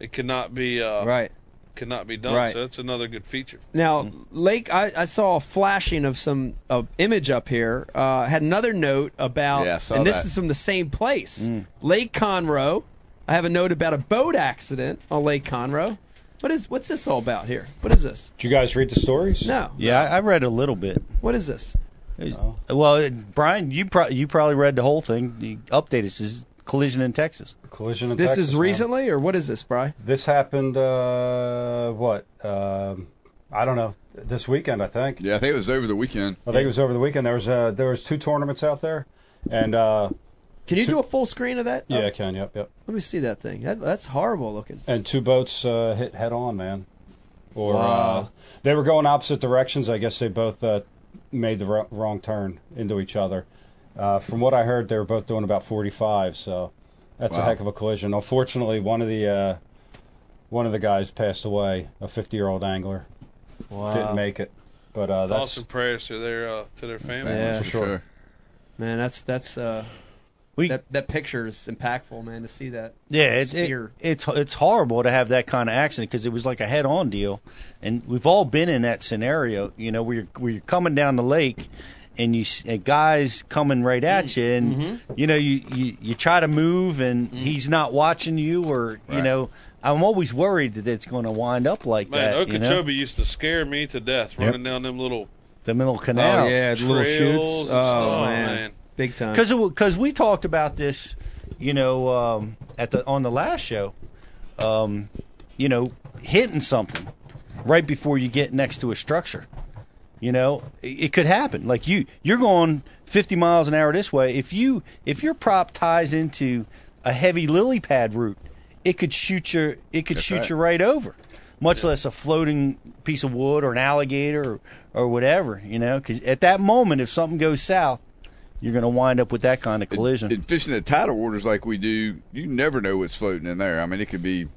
Speaker 5: It cannot be uh,
Speaker 1: Right.
Speaker 5: cannot be done.
Speaker 1: Right.
Speaker 5: So that's another good feature.
Speaker 1: Now, Lake, I, I saw a flashing of some uh, image up here. Uh, had another note about,
Speaker 6: Yeah, I saw
Speaker 1: and this
Speaker 6: that. Mm.
Speaker 1: is from the same place, Lake Conroe. I have a note about a boat accident on Lake Conroe. What is what's this all about here? What is this?
Speaker 3: Did you guys read the stories?
Speaker 1: No.
Speaker 2: Yeah, I I read a little bit.
Speaker 1: Oh. What is this?
Speaker 3: No.
Speaker 2: Well, it- Brian, you pro- you probably read the whole thing. The update is is collision in Texas.
Speaker 3: Collision in
Speaker 1: This
Speaker 3: Texas,
Speaker 1: is
Speaker 3: man.
Speaker 1: recently, or what is this, Bry?
Speaker 3: This happened, uh, what? Um, I don't know. This weekend, I think.
Speaker 6: Yeah, I think it was over the weekend.
Speaker 3: I think it was over the weekend. There was uh, there was two tournaments out there, and uh,
Speaker 1: Can you do a full screen of that?
Speaker 3: yeah,
Speaker 1: Oh,
Speaker 3: I can. Yep, yep.
Speaker 1: let me see that thing. That, that's horrible looking.
Speaker 3: And two boats uh, hit head on, man. Or uh,
Speaker 1: Wow.
Speaker 3: they were going opposite directions. I guess they both uh, made the wr- wrong turn into each other. Uh, from what I heard, they were both doing about 45. So that's a
Speaker 6: Wow.
Speaker 3: heck of a collision. Unfortunately, one of the uh, one of the guys passed away, a 50 year old angler. Didn't make it. But uh, that's
Speaker 5: Thoughts and prayers to their uh, to their family.
Speaker 1: Oh, Yeah.
Speaker 6: for sure.
Speaker 1: Man, that's that's uh,
Speaker 2: We
Speaker 1: that that picture is impactful, man. To see that.
Speaker 2: yeah, it, it-
Speaker 1: Spear.
Speaker 2: it's it's horrible to have that kind of accident because it was like a head-on deal, and we've all been in that scenario. You know, where you're where you're coming down the lake, and you s- a guy's coming right
Speaker 1: Mm.
Speaker 2: at you, and
Speaker 1: Mm-hmm.
Speaker 2: you know you, you you try to move, and
Speaker 1: Mm.
Speaker 2: he's not watching you, or you
Speaker 6: Right.
Speaker 2: know. I'm always worried that it's going to wind up like
Speaker 5: Man,
Speaker 2: that. you know?
Speaker 5: Okeechobee used to scare me to death
Speaker 2: Yep.
Speaker 5: running down them little
Speaker 2: the middle canal.
Speaker 1: Oh yeah, the little
Speaker 5: trails.
Speaker 1: shoots.
Speaker 5: and
Speaker 1: Oh,
Speaker 5: stuff. Oh,
Speaker 1: man. big time.
Speaker 2: because because we talked about this, you know, um, at the on the last show, um, you know, hitting something right before you get next to a structure. You know, it, it could happen. Like you you're going 50 miles an hour this way. If you if your prop ties into a heavy lily pad root, it could shoot your it could
Speaker 6: That's
Speaker 2: shoot
Speaker 6: right.
Speaker 2: you right over. Much less a floating piece of wood or an alligator or, or whatever, you know, because at that moment, if something goes south, you're going to wind up with that kind of collision.
Speaker 6: And fishing the tidal waters like we do, you never know what's floating in there. I mean, it could be.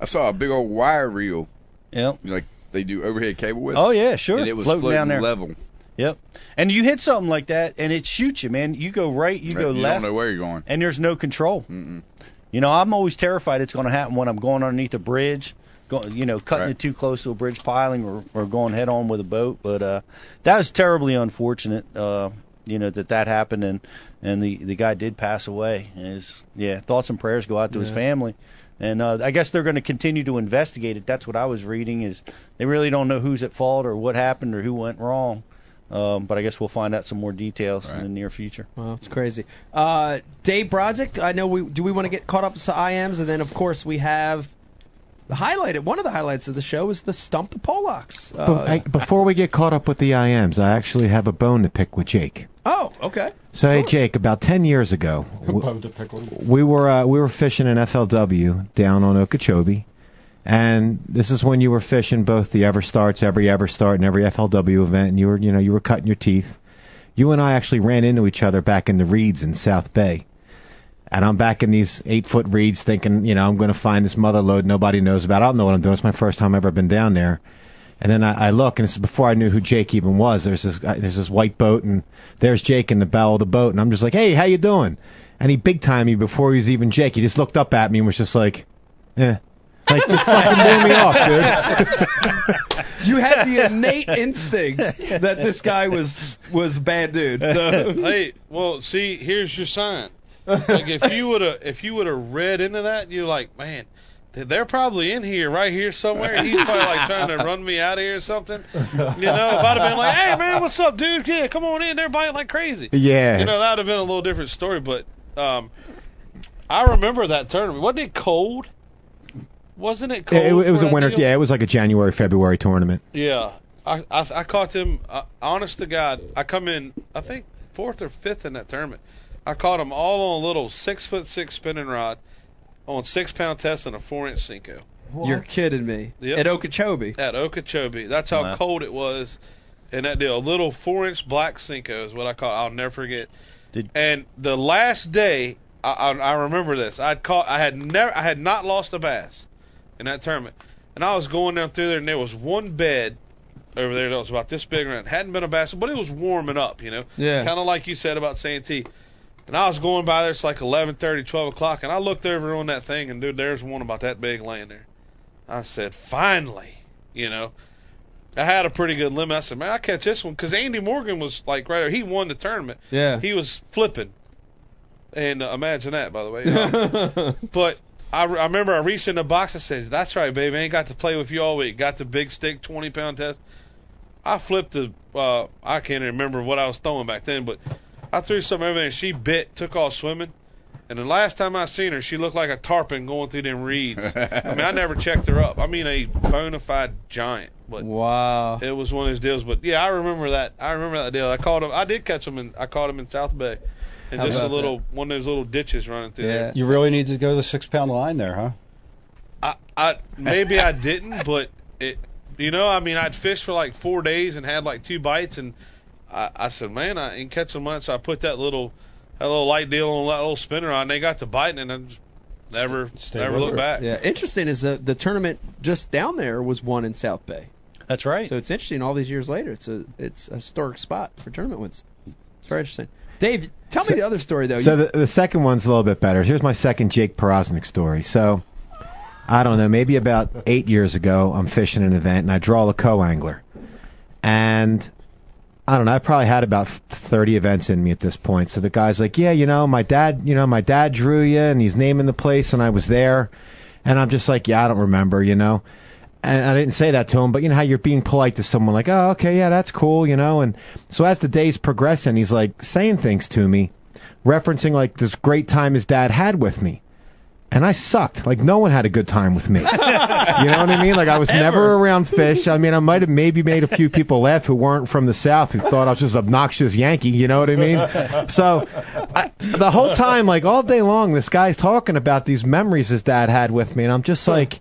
Speaker 6: I saw a big old wire reel
Speaker 2: yep.
Speaker 6: like they do overhead cable with.
Speaker 2: Oh yeah, sure.
Speaker 6: And it was
Speaker 2: floating, down there.
Speaker 6: level.
Speaker 2: Yep. And you hit something like that, and it shoots you, man. You go right, you
Speaker 6: Right,
Speaker 2: go
Speaker 6: you
Speaker 2: left,
Speaker 6: don't know where you're going. [LAUGHS]
Speaker 2: and there's no control.
Speaker 6: Mm-mm.
Speaker 2: You know, I'm always terrified it's going to happen when I'm going underneath a bridge, go, you know, cutting
Speaker 6: Right.
Speaker 2: it too close to a bridge piling or, or going head on with a boat. But uh, that was terribly unfortunate. Uh, you know that that happened, and and the the guy did pass away. And his yeah, thoughts and prayers go out to his family. And uh, I guess they're going to continue to investigate it. That's what I was reading is they really don't know who's at fault or what happened or who went wrong. Um, but I guess we'll find out some more details in
Speaker 6: Right.
Speaker 2: the near future.
Speaker 1: Wow, it's crazy. Uh, Dave Brodzik, I know we do. We want to get caught up to IMs, and then of course we have the highlight. One of the highlights of the show is the stump the
Speaker 5: [LAUGHS]
Speaker 1: Pollocks.
Speaker 4: But I,
Speaker 1: Uh,
Speaker 4: before we get caught up with the IMs, I actually have a bone to pick with Jake.
Speaker 1: oh, okay.
Speaker 4: So hey, Jake, about ten years ago, w-
Speaker 3: Bone to pick one.
Speaker 4: we were uh, we were fishing in FLW down on Okeechobee, and this is when you were fishing both the Everstarts, every Everstart, and every FLW event, and you were you know you were cutting your teeth. You and I actually ran into each other back in the reeds in South Bay, and I'm back in these eight foot reeds, thinking you know I'm going to find this mother load nobody knows about. I don't know what I'm doing. It's my first time ever been down there. And then I, I look, and this is before I knew who Jake even was. There's this guy- there's this white boat, and there's Jake in the bow of the boat, and I'm just like, hey, how you doing? And he big timed me before he was even Jake. He just looked up at me and was just like, eh. Like just fucking blew me off, dude.
Speaker 7: [LAUGHS]
Speaker 1: You had the innate instinct that this guy was was a bad dude. So
Speaker 5: [LAUGHS] hey, well, see, here's your sign. Like if you would have, if you would have read into that, you're like, man, th- they're probably in here, right here somewhere. He's probably like trying to run me out of here or something. You know, if I'd have been like, hey man, what's up, dude? Yeah, come on in. They're biting like crazy.
Speaker 4: Yeah.
Speaker 5: You know, that would have been a little different story. But um, I remember that tournament. Wasn't it cold? Wasn't it [LAUGHS] cold?
Speaker 4: it, it was
Speaker 5: for
Speaker 4: a
Speaker 5: that
Speaker 4: winter.
Speaker 5: deal?
Speaker 4: Yeah, it was like a January February tournament.
Speaker 5: Yeah, I I, I caught them. Uh, honest to God, I come in. I think fourth or fifth in that tournament. I caught them all on a little six foot six spinning rod on six pound test and a four inch Senko
Speaker 7: You're kidding me.
Speaker 5: Yep.
Speaker 7: At Okeechobee.
Speaker 5: at Okeechobee. That's how
Speaker 2: Wow.
Speaker 5: cold it was in that deal. A little four inch black Senko is what I caught. I'll never forget.
Speaker 2: Did-
Speaker 5: and the last day, I, I, I remember this. I caught. I had never. I had not lost a bass in that tournament. And I was going down through there, and there was one bed over there that was about this big around. Hadn't been a bass, but it was warming up, you know.
Speaker 7: Yeah.
Speaker 5: Kind of like you said about Santee. And I was going by there. It's like 11:30, 12 o'clock, and I looked over on that thing, and dude, there's one about that big laying there. I said, finally, you know. I had a pretty good limit. I said, man, I catch this one because Andy Morgan was like right there. He won the tournament.
Speaker 7: Yeah.
Speaker 5: He was flipping. And uh, imagine that, by the way. Um, but I, re- I remember I reached in the box. I said, that's right, baby. I ain't got to play with you all week. Got the big stick, 20 pound test. I flipped the, uh, I can't even remember what I was throwing back then, but I threw something over there and she bit, took off swimming. And the last time I seen her, she looked like a tarpon going through
Speaker 7: [LAUGHS]
Speaker 5: them reeds. I mean, I never checked her up. I mean, a bona fide giant. But
Speaker 7: wow.
Speaker 5: it was one of those deals. But yeah, I remember that. I remember that deal. I caught him. I did catch him in. I caught him in South Bay, and
Speaker 7: How
Speaker 5: just a
Speaker 7: about
Speaker 5: little one of those little ditches running through
Speaker 7: Yeah.
Speaker 5: there.
Speaker 3: You really need to go the six pound line there, huh?
Speaker 5: I, I maybe I didn't, but it. You know, I mean, I'd fished for like four days and had like two bites, and I, I said, man, I ain't catching much. So I put that little, that little light deal on that little spinner on. And they got the bite, and I just never,
Speaker 3: stay
Speaker 5: never
Speaker 3: with
Speaker 5: looked
Speaker 1: [LAUGHS]
Speaker 3: her.
Speaker 5: back.
Speaker 1: Yeah, interesting is the the tournament just down there was one in South Bay.
Speaker 2: That's right.
Speaker 1: So it's interesting. All these years later, it's a it's a historic spot for tournament wins. It's very interesting. Dave, tell me the other story though.
Speaker 4: So the, the second one's a little bit better. Here's my second Jake Porosnik story. So I don't know, maybe about eight years ago, I'm fishing an event and I draw a co-angler, and I don't know, I probably had about 30 events in me at this point. So the guy's like, yeah, you know, my dad, you know, my dad drew you, and he's naming the place, and I was there, and I'm just like, yeah, I don't remember, you know. And I didn't say that to him, but you know how you're being polite to someone, like, oh, okay, yeah, that's cool, you know. And so as the days progressing, he's like saying things to me, referencing like this great time his dad had with me. And I sucked. Like no one had a good time with me. you know what I mean? Like I was never around fish. I mean, I might have maybe made a few people laugh who weren't from the South who thought I was just obnoxious Yankee. You know what I mean? So I, the whole time, like all day long, this guy's talking about these memories his dad had with me, and I'm just like,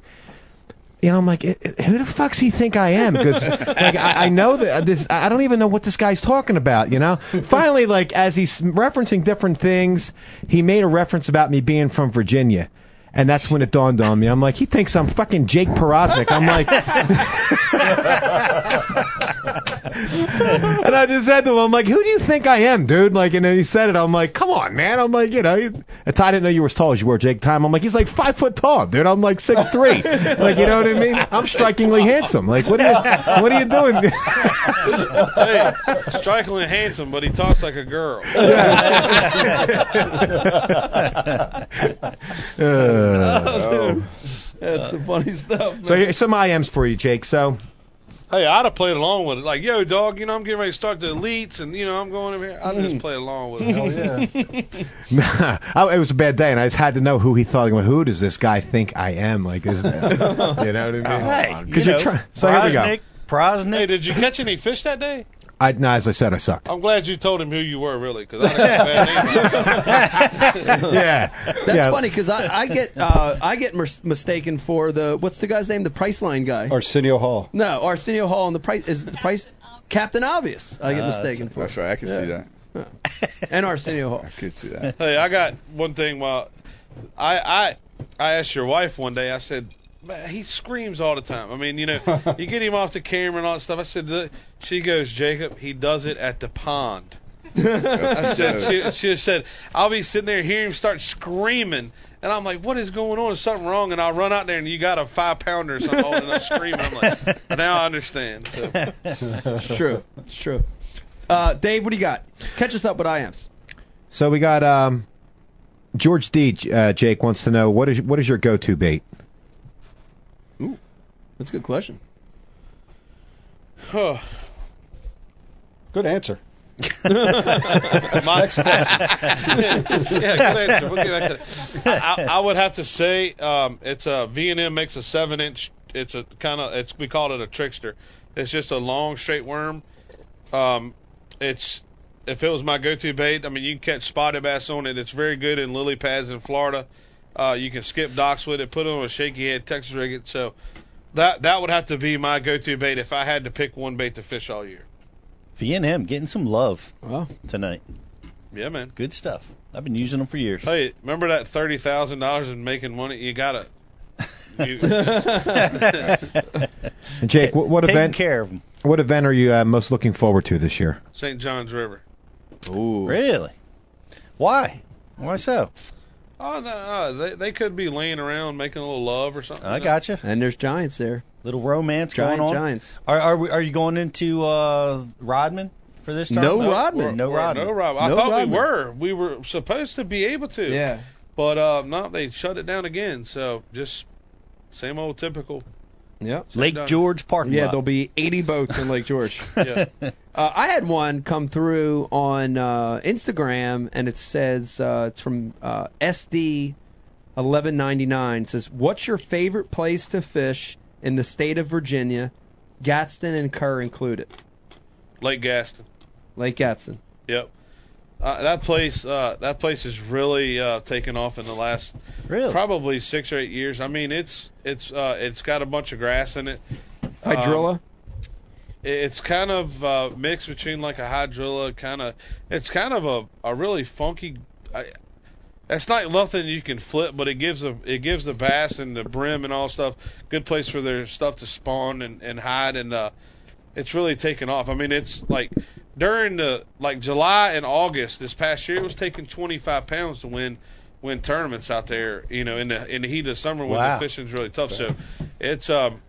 Speaker 4: you know, I'm like, "Eh, eh, who the fuck's he think I am? Because like, I, I know that this, I don't even know what this guy's talking about. You know. Finally, like as he's referencing different things, he made a reference about me being from Virginia. And that's when it dawned on me. I'm like, he thinks I'm fucking Jake Porosnik. I'm like, and I just said to him, I'm like, who do you think I am, dude? Like, and then he said it. I'm like, come on, man. I'm like, you know, he, at time I didn't know you were as tall as you were, Jake. Time, I'm like, he's like five foot tall, dude. I'm like six three. like, you know what I mean? I'm strikingly handsome. Like, what are you, what are you doing? [LAUGHS]
Speaker 5: Hey, strikingly handsome, but he talks like a girl.
Speaker 1: [LAUGHS]
Speaker 4: Uh,
Speaker 1: That's the funny stuff.
Speaker 4: so here, some IMs for you, Jake. So [LAUGHS]
Speaker 5: Hey, I'd have played along with it. Like, yo, dog, you know, I'm getting ready to start the elites, and you know, I'm going over here. I'd just play along with it.
Speaker 3: yeah.
Speaker 4: I, it was a bad day, and I just had to know who he thought. Like, who does this guy think I am? Like, is that, [LAUGHS] you know
Speaker 5: [LAUGHS]
Speaker 4: what I mean?
Speaker 2: hey,
Speaker 4: Because
Speaker 2: you
Speaker 4: are
Speaker 2: know,
Speaker 4: trying. So here we go.
Speaker 2: Prosnick, Prosnick.
Speaker 5: Hey, did you catch any fish that day?
Speaker 4: I, no, as I said, I suck.
Speaker 5: I'm glad you told him who you were, really, because I had a bad name.
Speaker 1: [LAUGHS]
Speaker 4: [LAUGHS] yeah.
Speaker 1: That's
Speaker 4: yeah.
Speaker 1: funny because I, I get uh, I get mis- mistaken for the what's the guy's name the Priceline guy.
Speaker 3: Arsenio Hall.
Speaker 1: no, Arsenio Hall and the price is it the price Captain Obvious. I
Speaker 5: Ah,
Speaker 1: get mistaken for
Speaker 6: Uh, That's right. I can see that.
Speaker 1: [LAUGHS] and Arsenio Hall.
Speaker 6: I can see that.
Speaker 5: Hey, I got one thing. While I I I asked your wife one day, I said, Man, he screams all the time. I mean, you know, you get him off the camera and all that stuff. I said, "Look," she goes, Jacob, he does it at the pond. I said, she, she just said, I'll be sitting there hearing him start screaming. And I'm like, what is going on? Is something wrong? And I'll run out there and you got a five pounder or something holding up screaming. I'm like, now I understand. So,
Speaker 1: [LAUGHS] It's true. It's true. Uh, Dave, what do you got? Catch us up with IMs.
Speaker 4: So we got um, George D. Uh, Jake wants to know what is what is your go-to bait?
Speaker 1: That's a good question.
Speaker 5: huh. [LAUGHS]
Speaker 3: Good answer.
Speaker 5: My- [LAUGHS] yeah, good answer. We'll get back to that. I, I- I would have to say um, it's a V and M makes a seven inch. It's a kind of it's we call it a trickster. It's just a long straight worm. Um, it's if it was my go-to bait, I mean, you can catch spotted bass on it. It's very good in lily pads in Florida. Uh, you can skip docks with it, put it on a shaky head, Texas rig it. So that that would have to be my go-to bait if I had to pick one bait to fish all year.
Speaker 2: V and M getting some love
Speaker 1: Well,
Speaker 2: tonight.
Speaker 5: Yeah, man.
Speaker 2: Good stuff. I've been using them for years.
Speaker 5: Hey, remember that thirty thousand dollars in making money? You gotta.
Speaker 2: [LAUGHS]
Speaker 5: You,
Speaker 4: And Jake, what, what
Speaker 2: Taking
Speaker 4: event?
Speaker 2: care of them.
Speaker 4: What event are you uh, most looking forward to this year?
Speaker 5: St. John's River.
Speaker 6: Ooh.
Speaker 2: Really? Why? Why so?
Speaker 5: Oh, no, no, they they could be laying around making a little love or something.
Speaker 2: I got you.
Speaker 1: and there's giants there.
Speaker 2: Little romance
Speaker 1: Giant
Speaker 2: going on.
Speaker 1: giants.
Speaker 2: Are are, we, are you going into uh, Rodman for this?
Speaker 1: No
Speaker 2: tournament?
Speaker 1: Rodman.
Speaker 2: No
Speaker 5: We're-
Speaker 2: Rodman.
Speaker 5: No Rodman. I
Speaker 1: No
Speaker 5: thought
Speaker 1: Rodman.
Speaker 5: we were. We were supposed to be able to.
Speaker 7: Yeah.
Speaker 5: But uh, no, they shut it down again. So just same old typical.
Speaker 1: Yep. uh,
Speaker 5: Same
Speaker 2: Lake
Speaker 5: done.
Speaker 2: George parking
Speaker 1: Yeah,
Speaker 2: lot.
Speaker 1: there'll be 80 boats in Lake
Speaker 2: [LAUGHS]
Speaker 1: George.
Speaker 5: Yeah.
Speaker 1: Uh, I had one come through on uh, Instagram, and it says uh, it's from uh, SD. 1199 says, "What's your favorite place to fish in the state of Virginia? Gadsden and Kerr included.
Speaker 5: Lake Gaston.
Speaker 1: Lake Gadsden.
Speaker 5: Yep. Uh, that place, uh, that place is really uh, taken off in the last
Speaker 2: Really?
Speaker 5: probably six or eight years. I mean, it's it's uh, it's got a bunch of grass in it. Um,
Speaker 1: Hydrilla.
Speaker 5: it- it's kind of uh, mixed between like a hydrilla kind of. It's kind of a, a really funky. I, it's not nothing you can flip, but it gives a it gives the bass and the brim and all stuff good place for their stuff to spawn and, and hide and uh, it's really taken off. I mean, it's like during the like July and August this past year, it was taking 25 pounds to win win tournaments out there. You know, in the in the heat of summer when
Speaker 2: Wow.
Speaker 5: the fishing's really tough. So it's um,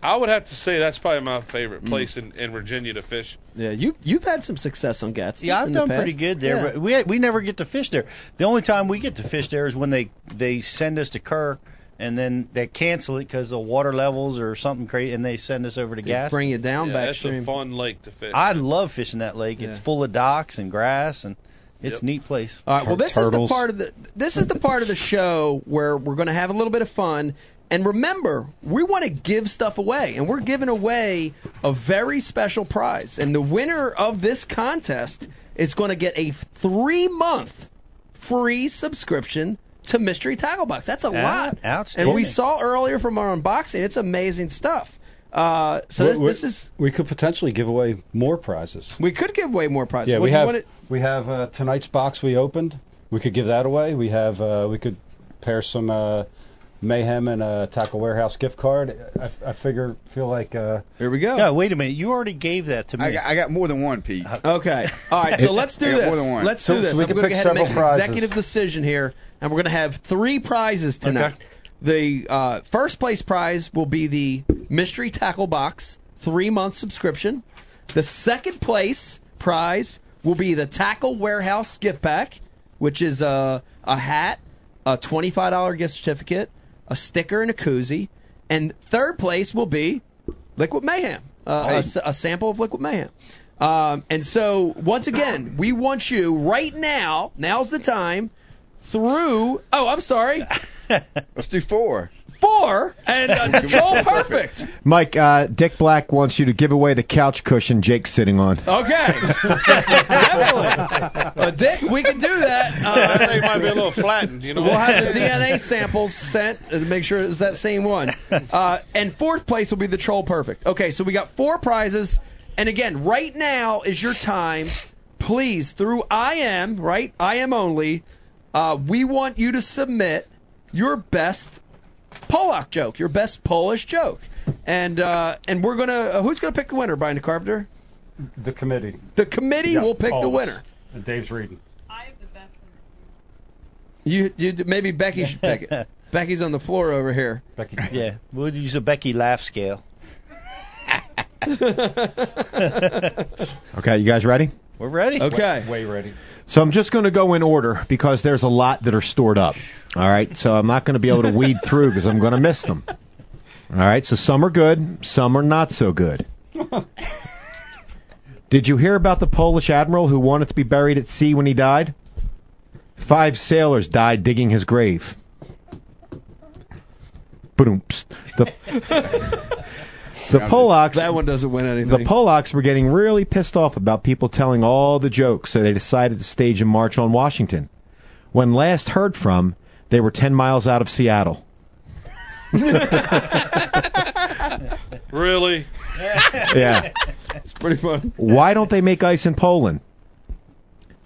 Speaker 5: I would have to say that's probably my
Speaker 2: Mm.
Speaker 5: favorite place in, in Virginia to fish.
Speaker 1: yeah, you you've had some success on Gadsden.
Speaker 2: Yeah, I've
Speaker 1: in
Speaker 2: done
Speaker 1: the past.
Speaker 2: pretty good there,
Speaker 1: Yeah.
Speaker 2: but we we never get to fish there. The only time we get to fish there is when they they send us to Kerr, and then they cancel it because of water levels or something crazy, and they send us over to
Speaker 1: They
Speaker 2: Gas.
Speaker 1: bring it down
Speaker 5: Yeah,
Speaker 1: back
Speaker 5: that's a
Speaker 1: stream.
Speaker 5: fun lake to fish.
Speaker 2: I love fishing that lake. It's
Speaker 1: Yeah.
Speaker 2: full of docks and grass, and it's
Speaker 5: Yep.
Speaker 2: a neat place.
Speaker 1: All right. Well,
Speaker 3: Tur-
Speaker 1: this is
Speaker 3: turtles.
Speaker 1: the part of the this is the part of
Speaker 3: [LAUGHS]
Speaker 1: the show where we're going to have a little bit of fun. And remember, we want to give stuff away, and we're giving away a very special prize. And the winner of this contest is going to get a three month free subscription to Mystery Tackle Box. That's a
Speaker 2: Ah,
Speaker 1: lot. And we
Speaker 2: outstanding.
Speaker 1: saw earlier from our unboxing, it's amazing stuff. Uh, so this,
Speaker 3: We- we-
Speaker 1: this is
Speaker 3: We could potentially give away more prizes.
Speaker 1: we could give away more prizes.
Speaker 3: Yeah,
Speaker 1: Would
Speaker 3: we
Speaker 1: you
Speaker 3: have
Speaker 1: want it-
Speaker 3: we have uh, tonight's box we opened. We could give that away. We have uh, we could pair some uh, mayhem and a tackle warehouse gift card. I, I figure feel like uh,
Speaker 1: Here we go.
Speaker 2: Yeah, wait a minute. You already gave that to me. Uh,
Speaker 6: I got, I got more than one, Pete.
Speaker 2: [LAUGHS]
Speaker 1: Okay. All right. So let's do
Speaker 6: I got
Speaker 1: this.
Speaker 6: more than one.
Speaker 1: Let's
Speaker 3: So-
Speaker 1: do this.
Speaker 3: so we
Speaker 1: I'm
Speaker 3: can
Speaker 1: going to go
Speaker 3: pick
Speaker 1: ahead and make an
Speaker 3: several prizes.
Speaker 1: executive decision here, and we're going to have three prizes tonight. The uh, first place prize will be the mystery tackle box three month subscription. The second place prize will be the tackle warehouse gift pack, which is a a hat, a twenty five dollar gift certificate, a sticker, and a koozie. And third place will be Liquid Mayhem, uh, a s- a, sample of Liquid Mayhem. Um, and so, once again, we want you right now. Now's the time. Through oh, I'm sorry,
Speaker 6: [LAUGHS] Let's do four.
Speaker 1: four and
Speaker 6: [LAUGHS]
Speaker 1: uh, Joel Perfect.
Speaker 4: Mike, uh, Dick Black wants you to give away the couch cushion Jake's sitting on.
Speaker 1: Okay, definitely. [LAUGHS] But Dick, we can
Speaker 5: [LAUGHS]
Speaker 1: do
Speaker 5: I
Speaker 1: that. Uh,
Speaker 5: think it might be a little flattened, you know.
Speaker 1: We'll have the DNA samples sent to make sure it was that
Speaker 5: [LAUGHS]
Speaker 1: same one. Uh, and fourth place will be the Troll Perfect. Okay, so we got four prizes. And again, right now is your time. Please, through I am, right? I am only. Uh, we want you to submit your best Polak joke, your best Polish joke. And uh, and we're gonna uh, who's gonna pick the winner, Brian DeCarpenter?
Speaker 3: the committee.
Speaker 1: The committee will pick the
Speaker 3: always.
Speaker 1: winner.
Speaker 3: And Dave's reading.
Speaker 8: I have the best sense of humor.
Speaker 1: You, you maybe Becky should pick
Speaker 2: [LAUGHS]
Speaker 1: it. Becky's on the floor over here.
Speaker 3: Becky.
Speaker 2: yeah, we'll use a Becky laugh scale.
Speaker 4: Okay, you guys ready?
Speaker 2: We're ready.
Speaker 1: Okay.
Speaker 3: Way ready.
Speaker 4: So I'm just going to go in order because there's a lot that are stored up. All right, so I'm not going to be able to weed through because I'm going to miss them. All right, so some are good, some are not so good. Did you hear about the Polish admiral who wanted to be buried at sea when he died? Five sailors died digging his grave. Boom. The The Polacks
Speaker 7: That one doesn't win anything.
Speaker 4: the Polacks were getting really pissed off about people telling all the jokes, so they decided to stage a march on Washington. When last heard from, they were 10 miles out of Seattle.
Speaker 5: [LAUGHS] Really?
Speaker 4: Yeah.
Speaker 7: it's pretty fun.
Speaker 4: Why don't they make ice in Poland?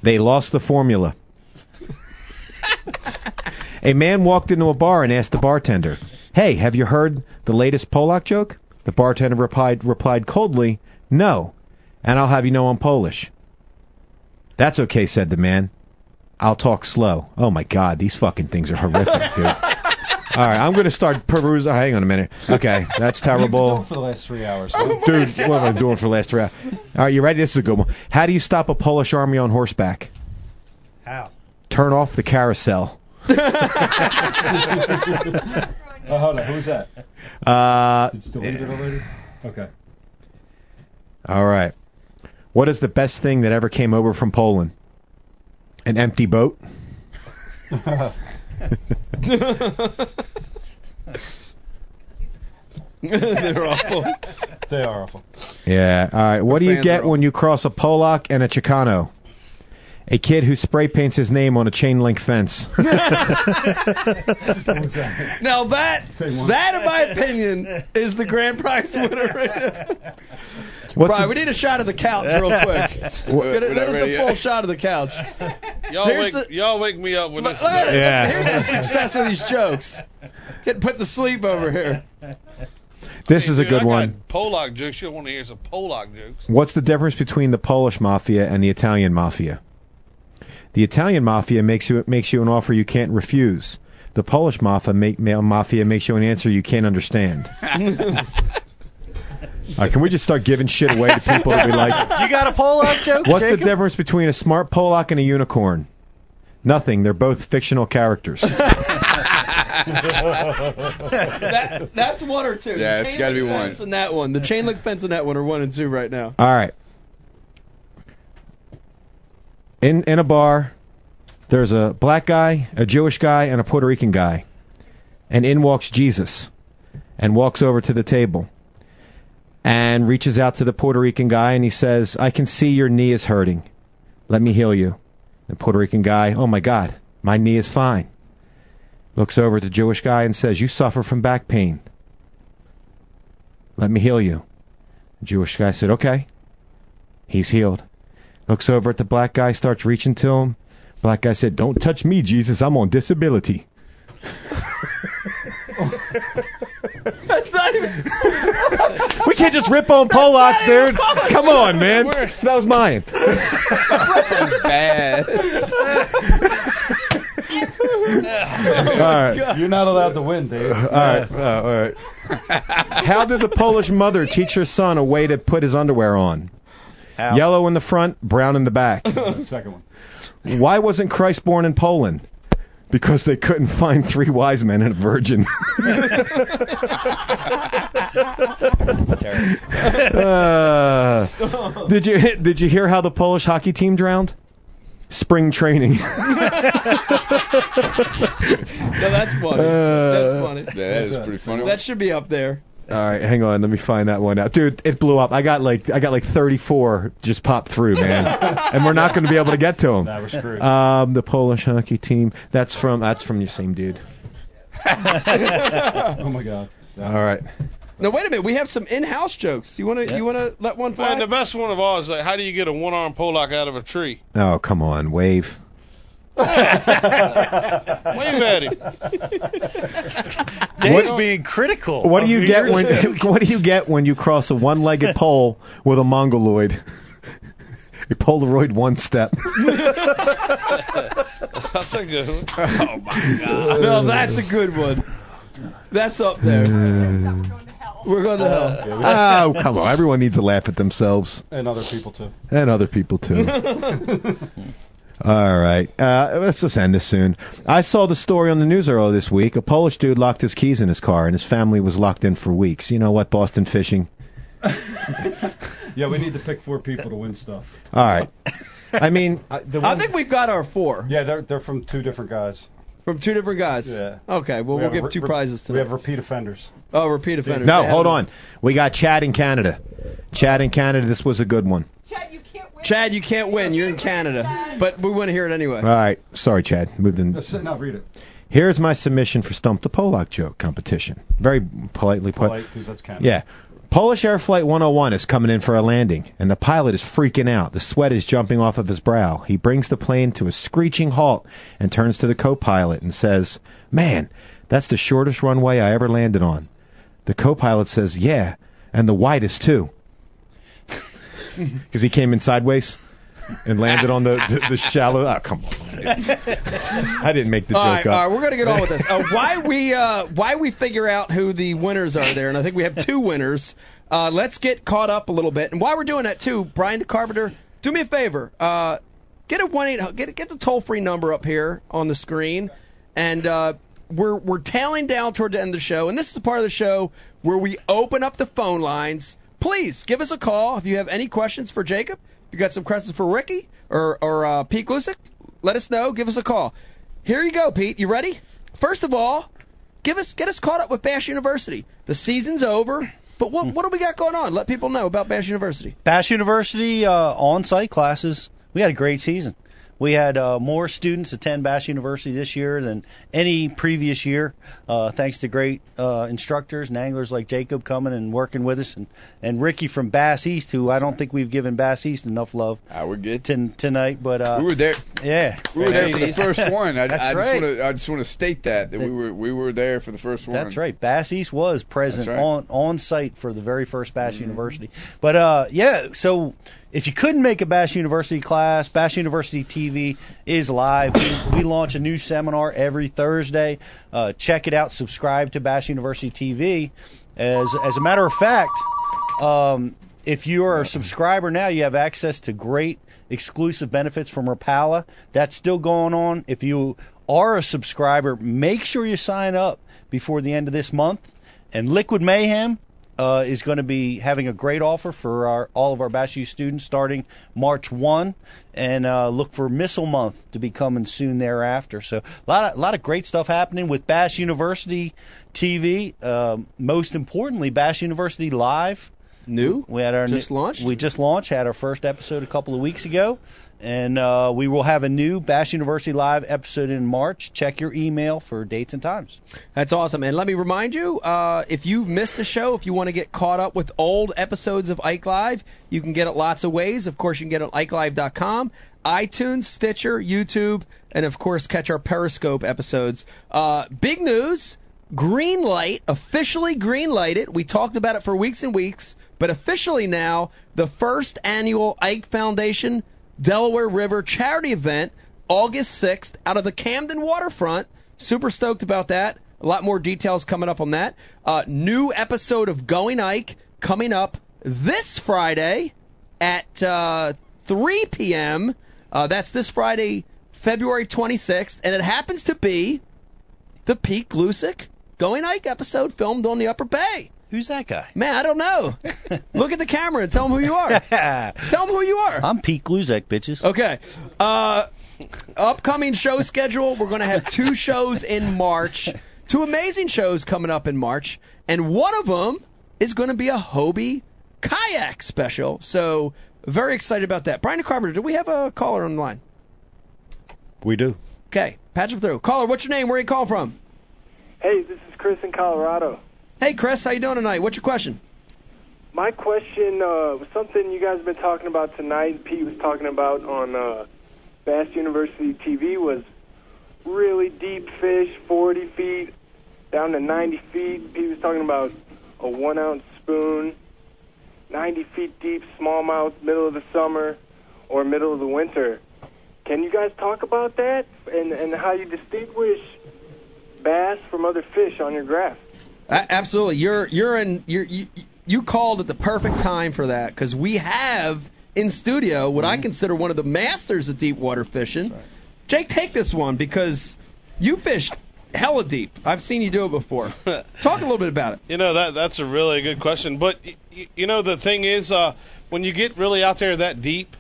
Speaker 4: They lost the formula. a man walked into a bar and asked the bartender, "Hey, have you heard the latest Polak joke?" The bartender replied replied coldly, "No, and I'll have you know I'm Polish." "That's okay," said the man. "I'll talk slow." Oh my God, these fucking things are horrific, dude. All right, I'm gonna start perusing. Hang on a minute. Okay, that's terrible.
Speaker 3: for the last three hours.
Speaker 4: Dude, what am I doing for the last round? All right, you ready? This is a good one. How do you stop a Polish army on horseback?
Speaker 3: How?
Speaker 4: Turn off the carousel.
Speaker 3: [LAUGHS]
Speaker 1: [LAUGHS]
Speaker 3: Oh, hold on. Who's that?
Speaker 4: Uh,
Speaker 3: Did you delete it already?
Speaker 1: [LAUGHS]
Speaker 3: Okay.
Speaker 4: all right. What is the best thing that ever came over from Poland? An empty boat. [LAUGHS]
Speaker 7: They're awful.
Speaker 3: They are awful.
Speaker 4: Yeah. All right. What do you
Speaker 7: fans
Speaker 4: get
Speaker 7: are all-
Speaker 4: when you cross a Polak and a Chicano? A kid who spray paints his name on a chain link fence. [LAUGHS]
Speaker 3: What was
Speaker 7: [LAUGHS]
Speaker 3: that?
Speaker 7: Now that
Speaker 3: Same one.
Speaker 7: that in my opinion is the grand prize winner
Speaker 6: [LAUGHS]
Speaker 7: right now.
Speaker 4: What's
Speaker 7: Brian,
Speaker 4: the-
Speaker 7: we need a shot of the couch real quick. Get a- That is a full shot of the
Speaker 6: [LAUGHS]
Speaker 7: couch.
Speaker 5: Y'all
Speaker 7: Here's
Speaker 5: wake,
Speaker 7: the-
Speaker 5: y'all wake me up with this. today.
Speaker 4: Yeah.
Speaker 7: [LAUGHS] Here's the success of these jokes. Get put to sleep over
Speaker 6: [LAUGHS]
Speaker 7: here.
Speaker 4: this is a
Speaker 5: Dude, I
Speaker 4: good
Speaker 5: got
Speaker 4: one.
Speaker 5: Polak jokes. You'll want to hear some Polak jokes.
Speaker 4: What's the difference between the Polish mafia and the Italian mafia? The Italian mafia makes you makes you an offer you can't refuse. The Polish mafia make, ma- mafia makes you an answer you can't understand. All right, can we just start giving shit away to people that we like?
Speaker 2: You got a Polak joke?
Speaker 4: What's the
Speaker 2: Jacob?
Speaker 4: difference between a smart Polak and a unicorn? Nothing. They're both fictional characters.
Speaker 7: That, that's one or two.
Speaker 6: Yeah,
Speaker 7: The
Speaker 6: it's
Speaker 7: chain
Speaker 6: gotta be
Speaker 7: link
Speaker 6: one.
Speaker 7: fence And that one, the chain link fence and that one are one and two right
Speaker 6: [LAUGHS]
Speaker 7: now.
Speaker 4: All right. In in a bar, there's a black guy, a Jewish guy, and a Puerto Rican guy. And in walks Jesus and walks over to the table and reaches out to the Puerto Rican guy and he says, "I can see your knee is hurting. Let me heal you." The Puerto Rican guy, "Oh my god, my knee is fine." Looks over at the Jewish guy and says, "You suffer from back pain. Let me heal you." The Jewish guy said, "Okay." He's healed. Looks over at the black guy, starts reaching to him. Black guy said, Don't touch me, Jesus. I'm on disability. [LAUGHS]
Speaker 7: That's not even.
Speaker 4: We can't just
Speaker 7: [LAUGHS]
Speaker 4: rip on Polacks, dude. Come on, man. That was mine.
Speaker 6: Bad.
Speaker 1: Oh
Speaker 4: All right.
Speaker 3: You're not allowed to win, dude.
Speaker 4: All right. uh, all right. How did the Polish mother teach her son a way to put his underwear on?
Speaker 2: How?
Speaker 4: Yellow in the front, brown in the back.
Speaker 3: Second one.
Speaker 4: Why wasn't Christ born in Poland? Because they couldn't find three wise men and a virgin. [LAUGHS]
Speaker 2: That's terrible.
Speaker 4: Uh, did you did you hear how the Polish hockey team drowned? Spring training. [LAUGHS]
Speaker 7: No, that's funny.
Speaker 4: Uh,
Speaker 7: that's funny.
Speaker 6: [LAUGHS] That is pretty funny.
Speaker 7: That should be up
Speaker 6: [LAUGHS]
Speaker 7: there. [LAUGHS]
Speaker 4: All right, hang on, let me find that one out, dude. It blew up. I got like I got like 34 just popped through, man, and we're not going to be able to get to
Speaker 3: Nah,
Speaker 4: them.
Speaker 3: we're screwed.
Speaker 4: Um, the Polish hockey team. That's from that's from the same dude.
Speaker 3: oh my God.
Speaker 4: All right.
Speaker 7: No, wait a minute. We have some in-house jokes. You wanna you wanna let one fly?
Speaker 5: And the best one of all is like, how do you get a one-armed Polak out of a tree?
Speaker 4: Oh come on, wave. [LAUGHS]
Speaker 5: Wave at him.
Speaker 2: Dave's being critical.
Speaker 4: What
Speaker 2: of
Speaker 4: do you get
Speaker 2: yours.
Speaker 4: when
Speaker 2: [LAUGHS]
Speaker 4: [LAUGHS] What do you get when you cross a
Speaker 7: [LAUGHS]
Speaker 4: one-legged pole with a mongoloid? [LAUGHS] A Polaroid one step.
Speaker 5: That's a good one.
Speaker 9: Oh,
Speaker 7: no, that's a good
Speaker 9: [LAUGHS]
Speaker 7: one. That's up there.
Speaker 8: We're going to hell.
Speaker 7: We're going to hell.
Speaker 4: [LAUGHS] oh come on, everyone needs to laugh at themselves.
Speaker 3: And other people too.
Speaker 4: and other
Speaker 7: [LAUGHS]
Speaker 4: people too. All right, uh, let's just end this soon. I saw the story on the news earlier this week. A Polish dude locked his keys in his car, and his family was locked in for weeks. You know what? Boston fishing.
Speaker 3: [LAUGHS] Yeah, we need to pick four people to win stuff.
Speaker 4: All right. I mean, I- the
Speaker 7: I
Speaker 4: one-
Speaker 7: think we've got our four.
Speaker 3: Yeah, they're they're from two different guys.
Speaker 1: From two different guys.
Speaker 3: Yeah.
Speaker 1: Okay. Well, we will
Speaker 3: have
Speaker 1: give
Speaker 3: re-
Speaker 1: two
Speaker 3: re-
Speaker 1: prizes to
Speaker 3: We have repeat offenders.
Speaker 1: Oh, repeat offenders.
Speaker 4: No,
Speaker 1: They
Speaker 4: hold
Speaker 1: haven't-
Speaker 4: on. We got Chad in Canada. Chad in Canada. This was a good one.
Speaker 10: Chad, you can't win.
Speaker 1: Chad, you can't win. You're in Canada, but we want to hear it anyway.
Speaker 4: All right. Sorry, Chad. Moved in.
Speaker 3: No, sit- no, read it.
Speaker 4: Here's my submission for Stump the Polak joke competition. Very politely put.
Speaker 3: Polite, because that's Canada.
Speaker 4: Yeah. Polish Air Flight 101 is coming in for a landing, and the pilot is freaking out. The sweat is jumping off of his brow. He brings the plane to a screeching halt and turns to the co pilot and says, Man, that's the shortest runway I ever landed on. The co pilot says, Yeah, and the widest too. [LAUGHS] Because he came in sideways and landed on the, the, the shallow. Oh, come on. I didn't make the joke
Speaker 1: All right,
Speaker 4: up.
Speaker 1: all right, we're gonna get on with this. Uh, why we uh, why we figure out who the winners are there, and I think we have two winners. Uh, let's get caught up a little bit, and while we're doing that too, Brian the Carpenter, do me a favor, uh, get a one eight get get the toll free number up here on the screen, and uh, we're we're tailing down toward the end of the show, and this is the part of the show where we open up the phone lines. Please give us a call if you have any questions for Jacob. If you got some questions for Ricky or or uh, Pete Glusick, let us know. Give us a call. Here you go, Pete. You ready? First of all, give us get us caught up with Bash University. The season's over, but what what do we got going on? Let people know about Bash University.
Speaker 2: Bash University uh, on-site classes. We had a great season. We had uh, more students attend Bash University this year than any previous year, uh, thanks to great uh, instructors and anglers like Jacob coming and working with us, and, and Ricky from Bass East, who I don't think we've given Bass East enough love
Speaker 6: I would get.
Speaker 2: t- tonight. But uh,
Speaker 6: We were there.
Speaker 2: yeah,
Speaker 6: We were there for the first one. I, I
Speaker 2: [LAUGHS] That's
Speaker 6: just
Speaker 2: right.
Speaker 6: want to. I just want to state that that we were we were there for the first one.
Speaker 2: That's right. Bass East was present
Speaker 6: That's right. Mm-hmm.
Speaker 2: on on site for the very first Bass University. But uh, yeah, so if you couldn't make a Bass University class, Bash University TV is live. we, we launch a new seminar every Thursday. Uh, check it out. Subscribe to Bash University TV. As as a matter of fact, um, if you are a subscriber now, you have access to great exclusive benefits from Rapala. That's still going on. If you are a subscriber, make sure you sign up before the end of this month. And Liquid Mayhem uh, is going to be having a great offer for our, all of our Bash U students starting March 1. And uh, look for Missile Month to be coming soon thereafter. So a lot of, a lot of great stuff happening with Bash University TV. Um, most importantly, Bash University Live.
Speaker 1: New?
Speaker 2: We had our
Speaker 1: Just launched?
Speaker 2: We just launched. Had our first episode a couple of weeks ago, and uh, we will have a new Bash University Live episode in March. Check your email for dates and times.
Speaker 1: That's awesome. And let me remind you, uh, if you've missed a show, if you want to get caught up with old episodes of Ike Live, you can get it lots of ways. Of course, you can get it on IkeLive.com, iTunes, Stitcher, YouTube, and of course, catch our Periscope episodes. Uh, big news. Greenlight officially greenlighted. We talked about it for weeks and weeks, but officially now the first annual Ike Foundation Delaware River charity event, August 6th, out of the Camden waterfront. Super stoked about that. A lot more details coming up on that. Uh, new episode of Going Ike coming up this Friday at uh, 3 p.m. Uh, that's this Friday, February 26th, and it happens to be the Pete Glusick Going Ike episode filmed on the Upper Bay.
Speaker 2: Who's that guy?
Speaker 1: Man, I don't
Speaker 2: [LAUGHS]
Speaker 1: know. Look at the camera and tell them who you are. Tell them who you are.
Speaker 2: I'm Pete Gluzek, bitches.
Speaker 1: Okay. Uh, upcoming show schedule. We're going to have two shows in March. Two amazing shows coming up in March, and one of them is going to be a Hobie kayak special. So very excited about that. Brian Carpenter, do we have a caller on the line?
Speaker 4: We do.
Speaker 1: Okay, patch him through. Caller, what's your name? Where you call from?
Speaker 11: Hey, this is Chris in Colorado.
Speaker 1: Hey, Chris, how you doing tonight? What's your question?
Speaker 11: My question uh, was something you guys have been talking about tonight. Pete was talking about on uh, Bass University TV was really deep fish, 40 feet down to 90 feet. Pete was talking about a one ounce spoon, 90 feet deep, smallmouth, middle of the summer or middle of the winter. Can you guys talk about that and, and how you distinguish bass from other fish on your graph?
Speaker 1: A- absolutely. You're you're in you're, you you called at the perfect time for that because we have in studio what I consider one of the masters of deep water fishing. Jake, take this one because you fish hella deep. I've seen you do it before. Talk a little bit about it.
Speaker 5: You know that that's a really good question, but y- y- you know the thing is, uh, when you get really out there that deep,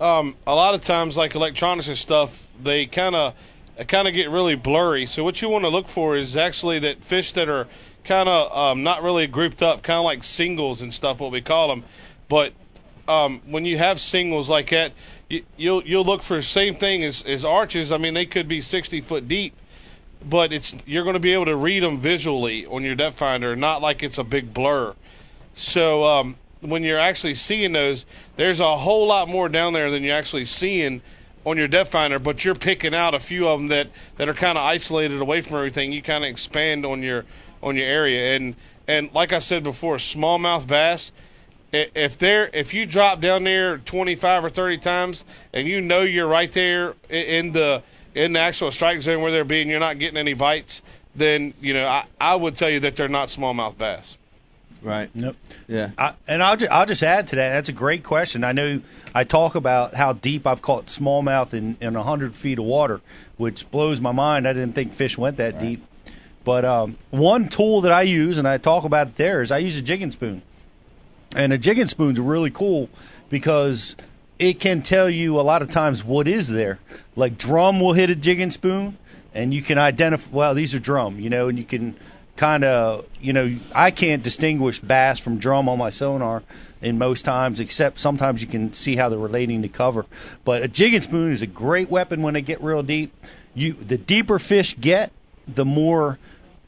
Speaker 5: um, a lot of times like electronics and stuff, they kind of kind of get really blurry. So what you want to look for is actually that fish that are kind of um, not really grouped up, kind of like singles and stuff, what we call them. But um, when you have singles like that, you, you'll you'll look for the same thing as, as arches. I mean, they could be 60 foot deep, but it's you're going to be able to read them visually on your depth finder, not like it's a big blur. So um, when you're actually seeing those, there's a whole lot more down there than you're actually seeing on your depth finder, but you're picking out a few of them that, that are kind of isolated away from everything. You kind of expand on your on your area, and and like I said before, smallmouth bass. i- If they're if you drop down there 25 or 30 times, and you know you're right there i- in the in the actual strike zone where they're being, you're not getting any bites. Then you know I, I would tell you that they're not smallmouth bass.
Speaker 6: Right.
Speaker 2: Nope.
Speaker 6: Yeah.
Speaker 2: I, and I'll just, I'll just add to that. That's a great question. I know I talk about how deep I've caught smallmouth in in 100 feet of water, which blows my mind. I didn't think fish went that deep. But um, one tool that I use, and I talk about it there, is I use a jigging spoon. And a jigging spoon's really cool because it can tell you a lot of times what is there. Like drum will hit a jigging spoon, and you can identify. Well, these are drum, you know, and you can kind of, you know, I can't distinguish bass from drum on my sonar in most times, except sometimes you can see how they're relating to cover. But a jigging spoon is a great weapon when they get real deep. You, the deeper fish get, the more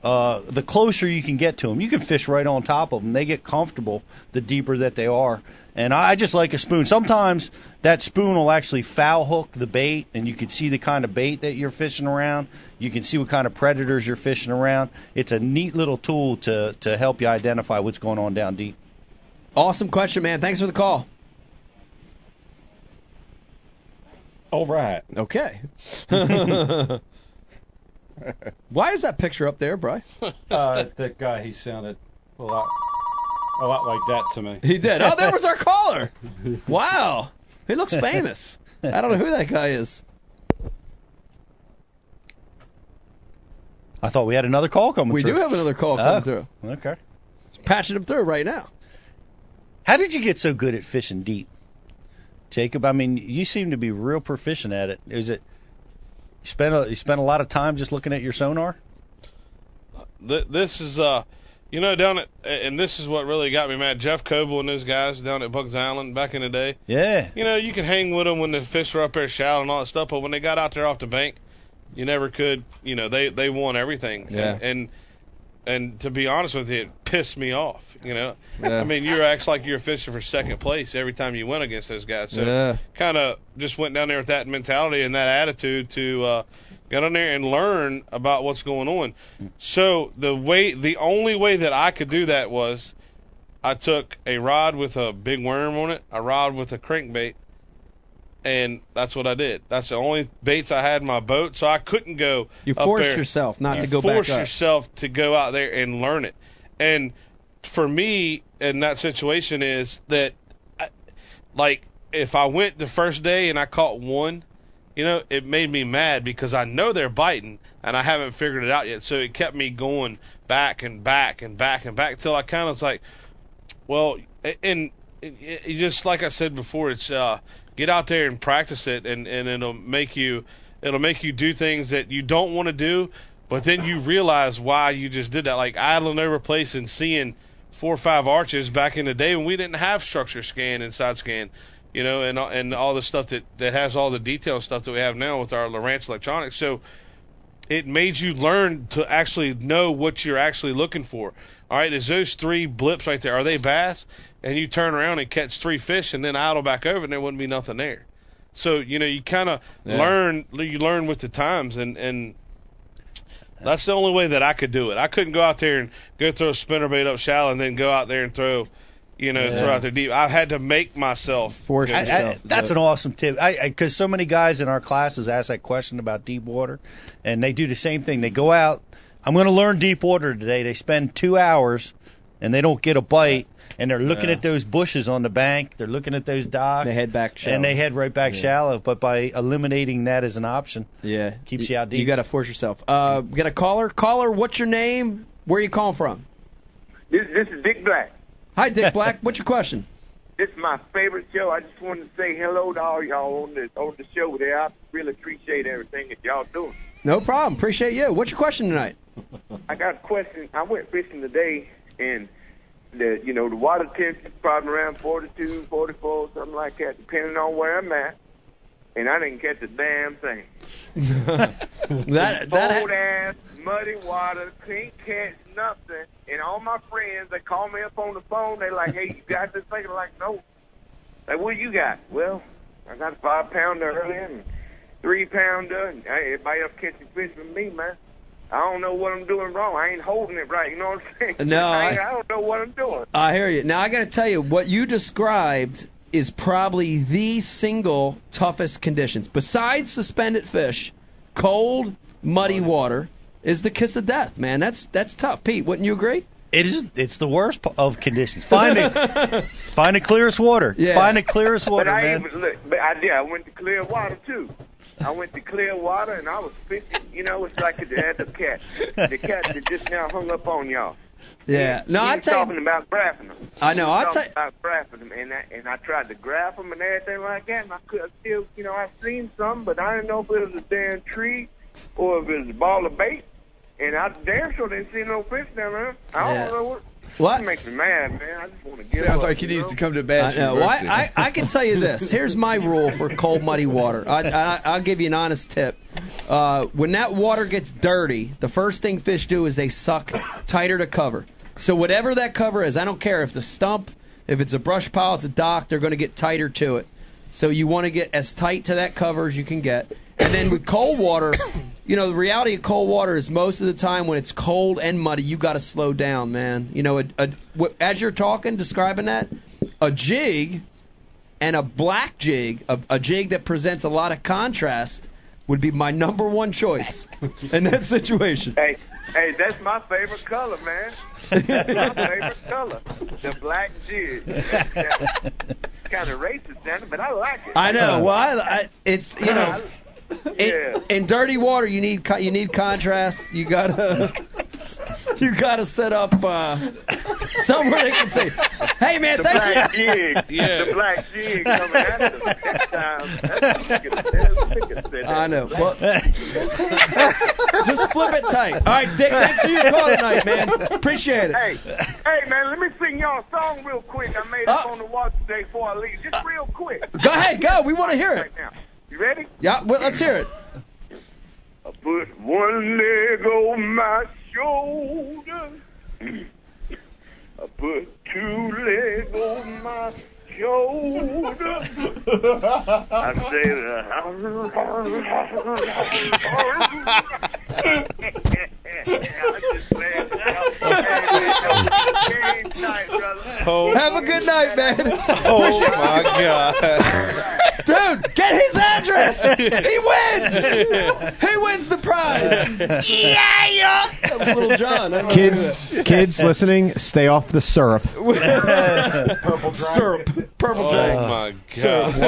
Speaker 2: uh, the closer you can get to them. You can fish right on top of them. They get comfortable the deeper that they are. And I just like a spoon. Sometimes that spoon will actually foul hook the bait, and you can see the kind of bait that you're fishing around. You can see what kind of predators you're fishing around. It's a neat little tool to to help you identify what's going on down deep.
Speaker 1: Awesome question, man. Thanks for the call.
Speaker 3: All right.
Speaker 1: Okay. [LAUGHS] Why is that picture up there, Bry?
Speaker 3: [LAUGHS] Uh, that guy, he sounded a lot, a lot like that to me.
Speaker 1: He did. Oh, there was
Speaker 3: [LAUGHS]
Speaker 1: our caller. Wow. He looks
Speaker 3: [LAUGHS]
Speaker 1: famous. I don't know who that guy is.
Speaker 2: I thought we had another call coming
Speaker 1: We
Speaker 2: through.
Speaker 1: do have another call
Speaker 2: Oh,
Speaker 1: coming through.
Speaker 2: Okay.
Speaker 1: It's patching him through right now.
Speaker 2: How did you get so good at fishing deep, Jacob? I mean, you seem to be real proficient at it. Is it you spent a, you spent a lot of time just looking at your sonar?
Speaker 5: Th- this is uh you know down at and this is what really got me mad jeff coble and those guys down at bugs island back in the day
Speaker 2: Yeah.
Speaker 5: you know you could hang with them when the fish were up there shouting and all that stuff but when they got out there off the bank you never could you know they they won everything
Speaker 6: Yeah.
Speaker 5: and, and and to be honest with you, it pissed me off. You know,
Speaker 6: Yeah.
Speaker 5: I mean, you acts like you're fishing for second place every time you went against those guys. So
Speaker 6: Yeah.
Speaker 5: kind of just went down there with that mentality and that attitude to uh, get on there and learn about what's going on. So the way, the only way that I could do that was I took a rod with a big worm on it, a rod with a crankbait, and that's what I did. That's the only baits I had in my boat, so I couldn't go.
Speaker 1: You
Speaker 5: up
Speaker 1: forced
Speaker 5: there
Speaker 1: yourself not
Speaker 5: you
Speaker 1: to go back
Speaker 5: force
Speaker 1: up.
Speaker 5: yourself to go out there and learn it. And for me in that situation is that, I, like, if I went the first day and I caught one, you know, it made me mad because I know they're biting and I haven't figured it out yet. So it kept me going back and back and back and back till I kind of was like, well, a- and it, it, it just like I said before, it's uh, get out there and practice it, and, and it'll make you it'll make you do things that you don't want to do, but then you realize why you just did that. Like idling over place and seeing four or five arches back in the day when we didn't have structure scan and side scan, you know, and all- and all the stuff that that has all the detail stuff that we have now with our Lawrence electronics. So it made you learn to actually know what you're actually looking for. All right, is those three blips right there? Are they bass? And you turn around and catch three fish, and then idle back over, and there wouldn't be nothing there. So you know you kind of
Speaker 6: Yeah.
Speaker 5: learn you learn with the times, and and that's the only way that I could do it. I couldn't go out there and go throw a spinnerbait up shallow, and then go out there and throw, you know, throw out there deep. I had to make myself
Speaker 4: Force
Speaker 5: go
Speaker 2: I,
Speaker 5: deep.
Speaker 2: I, that's an awesome tip. I because so many guys in our classes ask that question about deep water, and they do the same thing. They go out. I'm going to learn deep water today. They spend two hours, and they don't get a bite. And they're looking at those bushes on the bank. They're looking at those docks.
Speaker 1: They head back shallow.
Speaker 2: And they head right back shallow. But by eliminating that as an option,
Speaker 1: Yeah.
Speaker 2: Keeps you out deep.
Speaker 1: You got to force yourself. Uh, we got a caller. Caller, what's your name? Where are you calling from?
Speaker 9: This, this is Dick Black.
Speaker 1: Hi, Dick Black. what's your question?
Speaker 9: This is my favorite show. I just wanted to say hello to all y'all on the on the show there. I really appreciate everything that y'all doing.
Speaker 1: No problem. Appreciate you. What's your question tonight?
Speaker 9: I got a question. I went fishing today, and the you know the water temp is probably around 42, 44, something like that, depending on where I'm at. And I didn't catch a damn thing.
Speaker 1: That that
Speaker 9: Cold ass, muddy water, can't catch nothing. And all my friends, they call me up on the phone. They like, hey, you got this thing? I'm like, no. Like, what you got? Well, I got a five pounder earlier and three pounder. And hey, everybody else catching fish with me, man. I don't know what I'm doing wrong. I ain't holding it right. You know what I'm saying?
Speaker 1: No,
Speaker 9: [LAUGHS] I, ain't-
Speaker 1: I-
Speaker 9: I don't know what I'm doing.
Speaker 1: I hear you. Now I got to tell you, what you described is probably the single toughest conditions, besides suspended fish, cold, muddy water, is the kiss of death, man. That's that's tough, Pete. Wouldn't you agree?
Speaker 2: It is. It's the worst p- of conditions. Find it. find the clearest water.
Speaker 1: Yeah.
Speaker 2: Find the clearest
Speaker 9: But
Speaker 2: water,
Speaker 9: I
Speaker 2: man.
Speaker 9: even look, but I did. I went to clear water too. I went to clear water and I was fishing. You know, it's like the had the cat, the cat that just now hung up on y'all.
Speaker 1: Yeah. No,
Speaker 9: he
Speaker 1: I
Speaker 9: was
Speaker 1: tell
Speaker 9: talking
Speaker 1: you.
Speaker 9: about graphing them.
Speaker 1: I know. I
Speaker 9: talking
Speaker 1: tell.
Speaker 9: about graphing them, and I, and I tried to graph them and everything like that, and I could I still, you know, I seen some, but I didn't know if it was a damn tree or if it was a ball of bait. And I damn sure didn't see no fish down there. I
Speaker 1: Yeah.
Speaker 9: don't know what.
Speaker 1: What?
Speaker 9: It makes me mad, man. I just want to get
Speaker 6: Sounds
Speaker 9: up,
Speaker 6: like he
Speaker 9: you
Speaker 6: needs
Speaker 9: know?
Speaker 6: to come to
Speaker 1: I,
Speaker 6: Bass
Speaker 1: know. Well,
Speaker 6: University.
Speaker 1: I, I, I can tell you this. Here's my rule for cold, muddy water. I, I, I'll give you an honest tip. Uh, when that water gets dirty, the first thing fish do is they suck tighter to cover. So whatever that cover is, I don't care if the stump, if it's a brush pile, it's a dock, they're going to get tighter to it. So you want to get as tight to that cover as you can get. And then with cold water, you know, the reality of cold water is most of the time when it's cold and muddy, you got to slow down, man. You know, a, a, what- as you're talking, describing that, a jig and a black jig, a, a jig that presents a lot of contrast, would be my number one choice in that situation.
Speaker 9: Hey, hey, that's my favorite color, man. That's my favorite color, the black jig. kind of racist, Danny, but I like it.
Speaker 1: I know. Well, I, I, it's you know,
Speaker 9: yeah.
Speaker 1: in, in dirty water you need co- you need contrast. You gotta [LAUGHS] you gotta set up uh, somewhere they can say, "Hey man,
Speaker 9: The
Speaker 1: thanks for
Speaker 9: black
Speaker 1: [LAUGHS]
Speaker 9: jig,
Speaker 5: Yeah.
Speaker 9: the black jig coming out of the next time. That's what you could- that's what you could say.
Speaker 1: I
Speaker 9: [LAUGHS]
Speaker 1: know. Well, [LAUGHS] just flip it tight. All right, Dick. Thanks for your call tonight, man. Appreciate it.
Speaker 9: Hey, hey, man, let me sing y'all a song real quick. I made up
Speaker 1: Uh,
Speaker 9: on the walk today before I leave. Just real quick,
Speaker 1: Go ahead, go. We want to hear it.
Speaker 9: right now. You ready?
Speaker 1: Yeah, well, let's hear it.
Speaker 9: I put one leg on my shoulder. I put two legs on my shoulder. I say that.
Speaker 1: Have a good night, man.
Speaker 5: Oh my
Speaker 1: [LAUGHS]
Speaker 5: god.
Speaker 1: Dude, get his address. He wins. He wins the prize. Yeah, yeah. That was Little John. I don't know who
Speaker 12: [LAUGHS]
Speaker 1: that-
Speaker 4: Kids, [LAUGHS] kids listening, stay off the
Speaker 1: [LAUGHS]
Speaker 4: syrup.
Speaker 3: Purple dry.
Speaker 1: syrup, purple
Speaker 5: Oh
Speaker 1: drink.
Speaker 5: my god.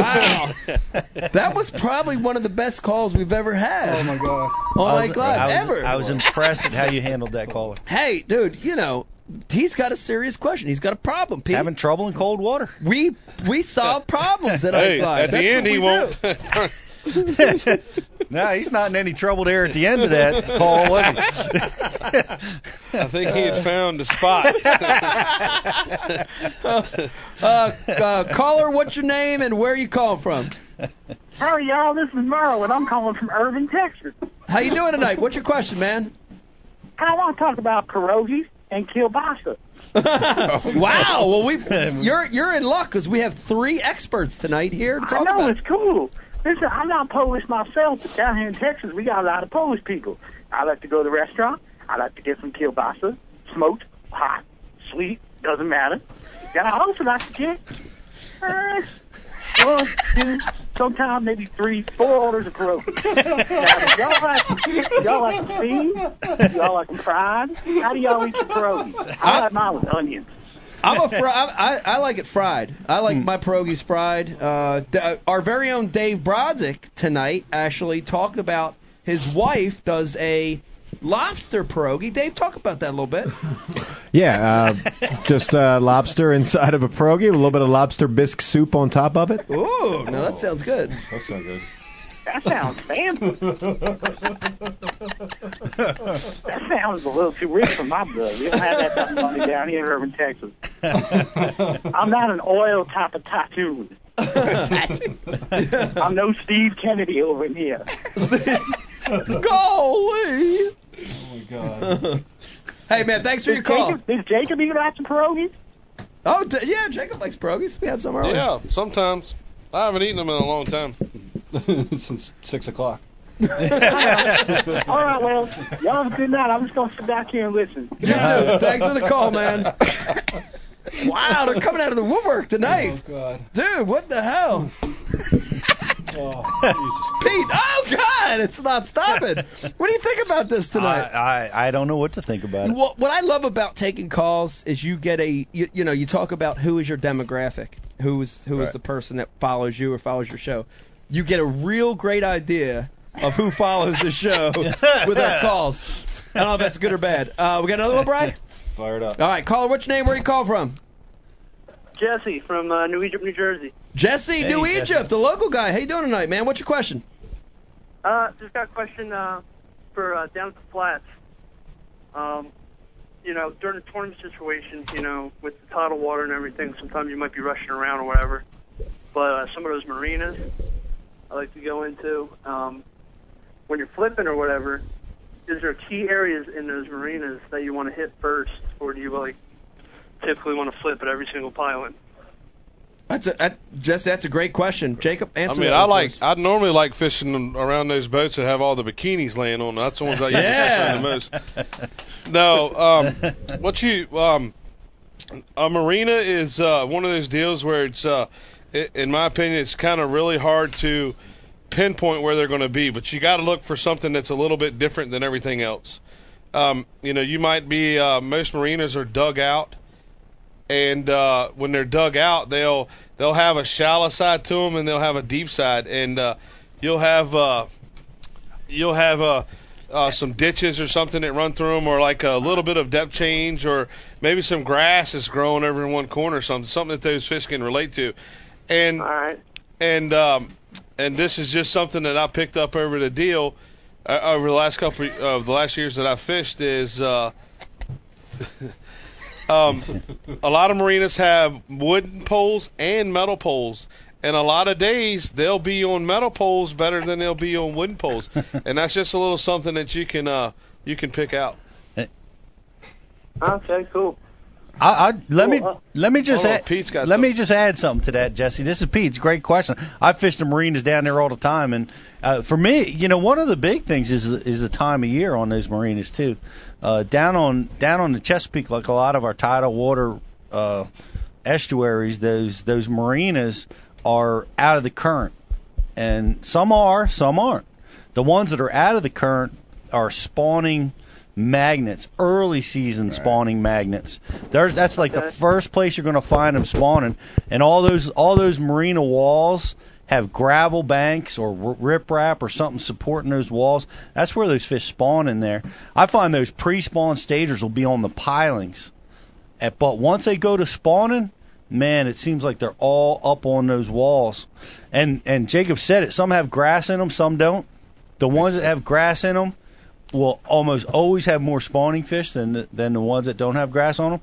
Speaker 1: Wow. That was probably one of the best calls we've ever had
Speaker 3: Oh my god.
Speaker 1: on
Speaker 2: I
Speaker 1: Ike
Speaker 2: was,
Speaker 1: Live
Speaker 2: I was-
Speaker 1: ever.
Speaker 2: I was impressed at how you handled that caller.
Speaker 1: hey, dude, you know, he's got a serious question. He's got a problem, Pete.
Speaker 2: Having trouble in cold water.
Speaker 1: we we solve problems at
Speaker 5: Hey,
Speaker 1: Ike Live.
Speaker 5: at the
Speaker 1: That's
Speaker 5: end
Speaker 1: what
Speaker 5: he
Speaker 1: we
Speaker 5: won't.
Speaker 1: do.
Speaker 2: [LAUGHS] No, he's not in any trouble there at the end of that call. Was he?
Speaker 5: I think he had found the
Speaker 12: [LAUGHS]
Speaker 5: spot.
Speaker 1: Uh, uh, caller, what's your name and where you calling from?
Speaker 12: Oh, y'all, this is Merle, and I'm calling from Irving, Texas.
Speaker 1: How you doing tonight? What's your question, man?
Speaker 12: I want to talk about pierogies and kielbasa.
Speaker 1: [LAUGHS] Wow. Well, we you're you're in luck because we have three experts tonight here to
Speaker 12: I
Speaker 1: talk
Speaker 12: know
Speaker 1: about.
Speaker 12: it's cool. Listen, I'm not Polish myself, but down here in Texas, we got a lot of Polish people. I like to go to the restaurant. I like to get some kielbasa, smoked, hot, sweet, doesn't matter. Then I also like to get uh, one, two, sometimes maybe three, four orders of pierogies. [LAUGHS] Now, do y'all like y'all like them steamed? Y'all like them fried? How do y'all eat your pierogies? I like mine with onions.
Speaker 1: I'm a fr- I, I I like it fried. I like my pierogies fried. Uh, d- uh, our very own Dave Brodzik tonight actually talked about his wife does a lobster pierogi. Dave, talk about that a little [LAUGHS] bit.
Speaker 4: Yeah, uh, just uh, lobster inside of a pierogi, a little bit of lobster bisque soup on top of it.
Speaker 1: Ooh, no, that sounds good.
Speaker 3: That's not good.
Speaker 12: That sounds fancy. that sounds a little too rich for my blood. We don't have that type of money down here in Irving, Texas. I'm not an oil type of tattooist. I'm no [LAUGHS] Steve Kennedy over in
Speaker 1: [LAUGHS]
Speaker 12: here.
Speaker 1: Golly!
Speaker 3: Oh my god.
Speaker 1: [LAUGHS] Hey man, thanks for your
Speaker 12: Does
Speaker 1: call.
Speaker 12: Jacob, does Jacob even like some pierogies?
Speaker 1: Oh d- yeah, Jacob likes pierogies. We had some earlier.
Speaker 5: Yeah, sometimes. I haven't eaten them in a long time.
Speaker 3: [LAUGHS] Since six o'clock.
Speaker 12: [LAUGHS] All right, well, y'all have a good night. I'm just gonna sit back here and listen.
Speaker 1: You too. Thanks for the call, man. [LAUGHS] wow, they're coming out of the woodwork
Speaker 5: Oh,
Speaker 1: tonight,
Speaker 3: god.
Speaker 1: dude. What the hell,
Speaker 3: Oh,
Speaker 1: Pete? Oh God, it's not stopping. What do you think about this tonight?
Speaker 2: I, I I don't know what to think about it.
Speaker 1: What, what I love about taking calls is you get a you, you know you talk about who is your demographic, who is who is
Speaker 2: Right.
Speaker 1: the person that follows you or follows your show. You get a real great idea of who follows the show with our calls. I don't know if that's good or bad. Uh, we got another one, Brian.
Speaker 3: fired up.
Speaker 1: All right, caller, what's your name? Where you call from?
Speaker 12: Jesse from uh, New Egypt, New Jersey.
Speaker 1: Jesse, New
Speaker 2: Jesse.
Speaker 1: Egypt, the local guy. How you doing tonight, man? What's your question?
Speaker 12: Uh, just got a question uh, for uh, down at the flats. Um, you know, during a tournament situation, you know, with the tidal water and everything, sometimes you might be rushing around or whatever. But uh, some of those marinas I like to go into, um, when you're flipping or whatever, is there key areas in those marinas that you want to hit first, or do you like typically want to flip at every single pilot?
Speaker 1: That's a that, Jesse. That's a great question, Jacob.
Speaker 5: I
Speaker 1: Answer
Speaker 5: mean,
Speaker 1: that
Speaker 5: I
Speaker 1: one
Speaker 5: like
Speaker 1: first.
Speaker 5: I normally like fishing them around those boats that have all the bikinis laying on. them. That's the ones I usually
Speaker 1: Yeah.
Speaker 5: fish on the most. No, um, what you um, a marina is uh, one of those deals where it's uh, i in my opinion, it's kind of really hard to pinpoint where they're going to be, but you got to look for something that's a little bit different than everything else. Um, you know, you might be uh, most marinas are dug out and uh, when they're dug out, they'll they'll have a shallow side to them and they'll have a deep side, and uh, you'll have uh, you'll have uh, uh, some ditches or something that run through them, or like a little bit of depth change, or maybe some grass that's growing over in one corner, or something something that those fish can relate to, and
Speaker 12: All right.
Speaker 5: and um, and this is just something that I picked up over the deal uh, over the last couple of the last years that I fished is uh, um, a lot of marinas have wooden poles and metal poles. And a lot of days they'll be on metal poles better than they'll be on wooden poles, and that's just a little something that you can uh, you can pick out.
Speaker 12: Okay, cool.
Speaker 2: I, I let me
Speaker 12: Well, uh,
Speaker 2: let me just
Speaker 5: Oh, hold on,
Speaker 2: add,
Speaker 5: Pete's got
Speaker 2: let me
Speaker 5: something.
Speaker 2: just add something to that, Jesse. This is Pete's great question. I fish the marinas down there all the time, and uh, for me, you know, one of the big things is the, is the time of year on those marinas too. Uh, down on down on the Chesapeake, like a lot of our tidal water uh, estuaries, those those marinas are out of the current, and some are, some aren't. The ones that are out of the current are spawning magnets, early season spawning magnets. There's that's like the
Speaker 12: Okay.
Speaker 2: first place you're going to find them spawning, and all those all those marina walls have gravel banks or r- riprap or something supporting those walls. That's where those fish spawn in there. I find those pre-spawn stagers will be on the pilings, And- but once they go to spawning. Man, it seems like they're all up on those walls, and and Jacob said it. Some have grass in them, some don't. The ones that have grass in them, will almost always have more spawning fish than the, than the ones that don't have grass on them.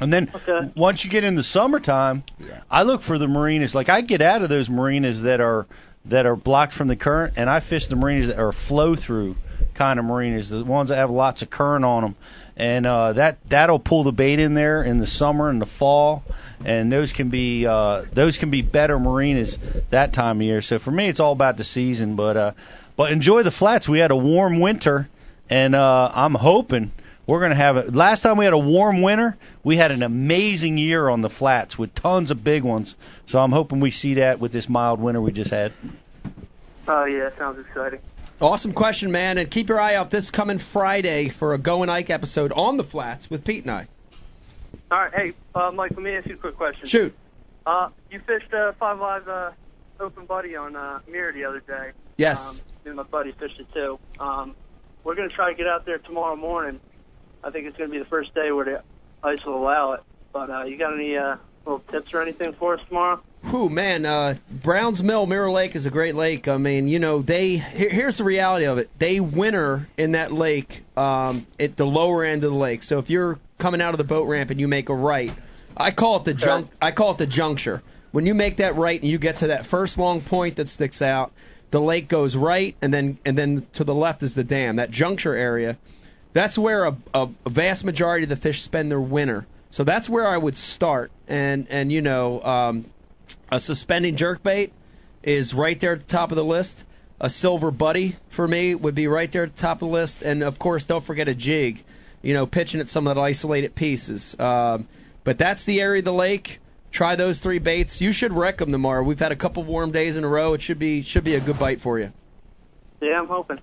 Speaker 2: And then
Speaker 12: Okay.
Speaker 2: once you get in the summertime, I look for the marinas. Like I get out of those marinas that are that are blocked from the current, and I fish the marinas that are flow through kind of marinas, the ones that have lots of current on them. And uh, that that'll pull the bait in there in the summer and the fall, and those can be uh, those can be better marinas that time of year. So for me, it's all about the season. But uh, but enjoy the flats. We had a warm winter, and uh, I'm hoping we're going to have it. Last time we had a warm winter, we had an amazing year on the flats with tons of big ones. So I'm hoping we see that with this mild winter we just had.
Speaker 12: Oh yeah, that sounds exciting.
Speaker 1: Awesome question, man. And keep your eye out this coming Friday for a Go and Ike episode on the flats with Pete and I.
Speaker 12: All right, hey, uh, Mike, let me ask you a quick question.
Speaker 1: Shoot.
Speaker 12: Uh, you fished uh, Five Live uh, Open Buddy on uh, Mirror the other day.
Speaker 1: Yes.
Speaker 12: Um, me and my buddy fished it too. Um, we're going to try to get out there tomorrow morning. I think it's going to be the first day where the ice will allow it. But uh, you got any uh, little tips or anything for us tomorrow?
Speaker 1: Whew, man, uh, Browns Mill Mirror Lake is a great lake. I mean, you know, they here, here's the reality of it. They winter in that lake um, at the lower end of the lake. So if you're coming out of the boat ramp and you make a right, I call it the junk. I call it the juncture. When you make that right and you get to that first long point that sticks out, the lake goes right, and then and then to the left is the dam. That juncture area, that's where a, a, a vast majority of the fish spend their winter. So that's where I would start. And and you know, um, a suspending jerkbait is right there at the top of the list. A silver buddy for me would be right there at the top of the list. And of course, don't forget a jig. You know, pitching at some of the isolated pieces. Um, but that's the area of the lake. Try those three baits. You should wreck them tomorrow. We've had a couple warm days in a row. It should be should be a good bite for you.
Speaker 12: Yeah, I'm hoping.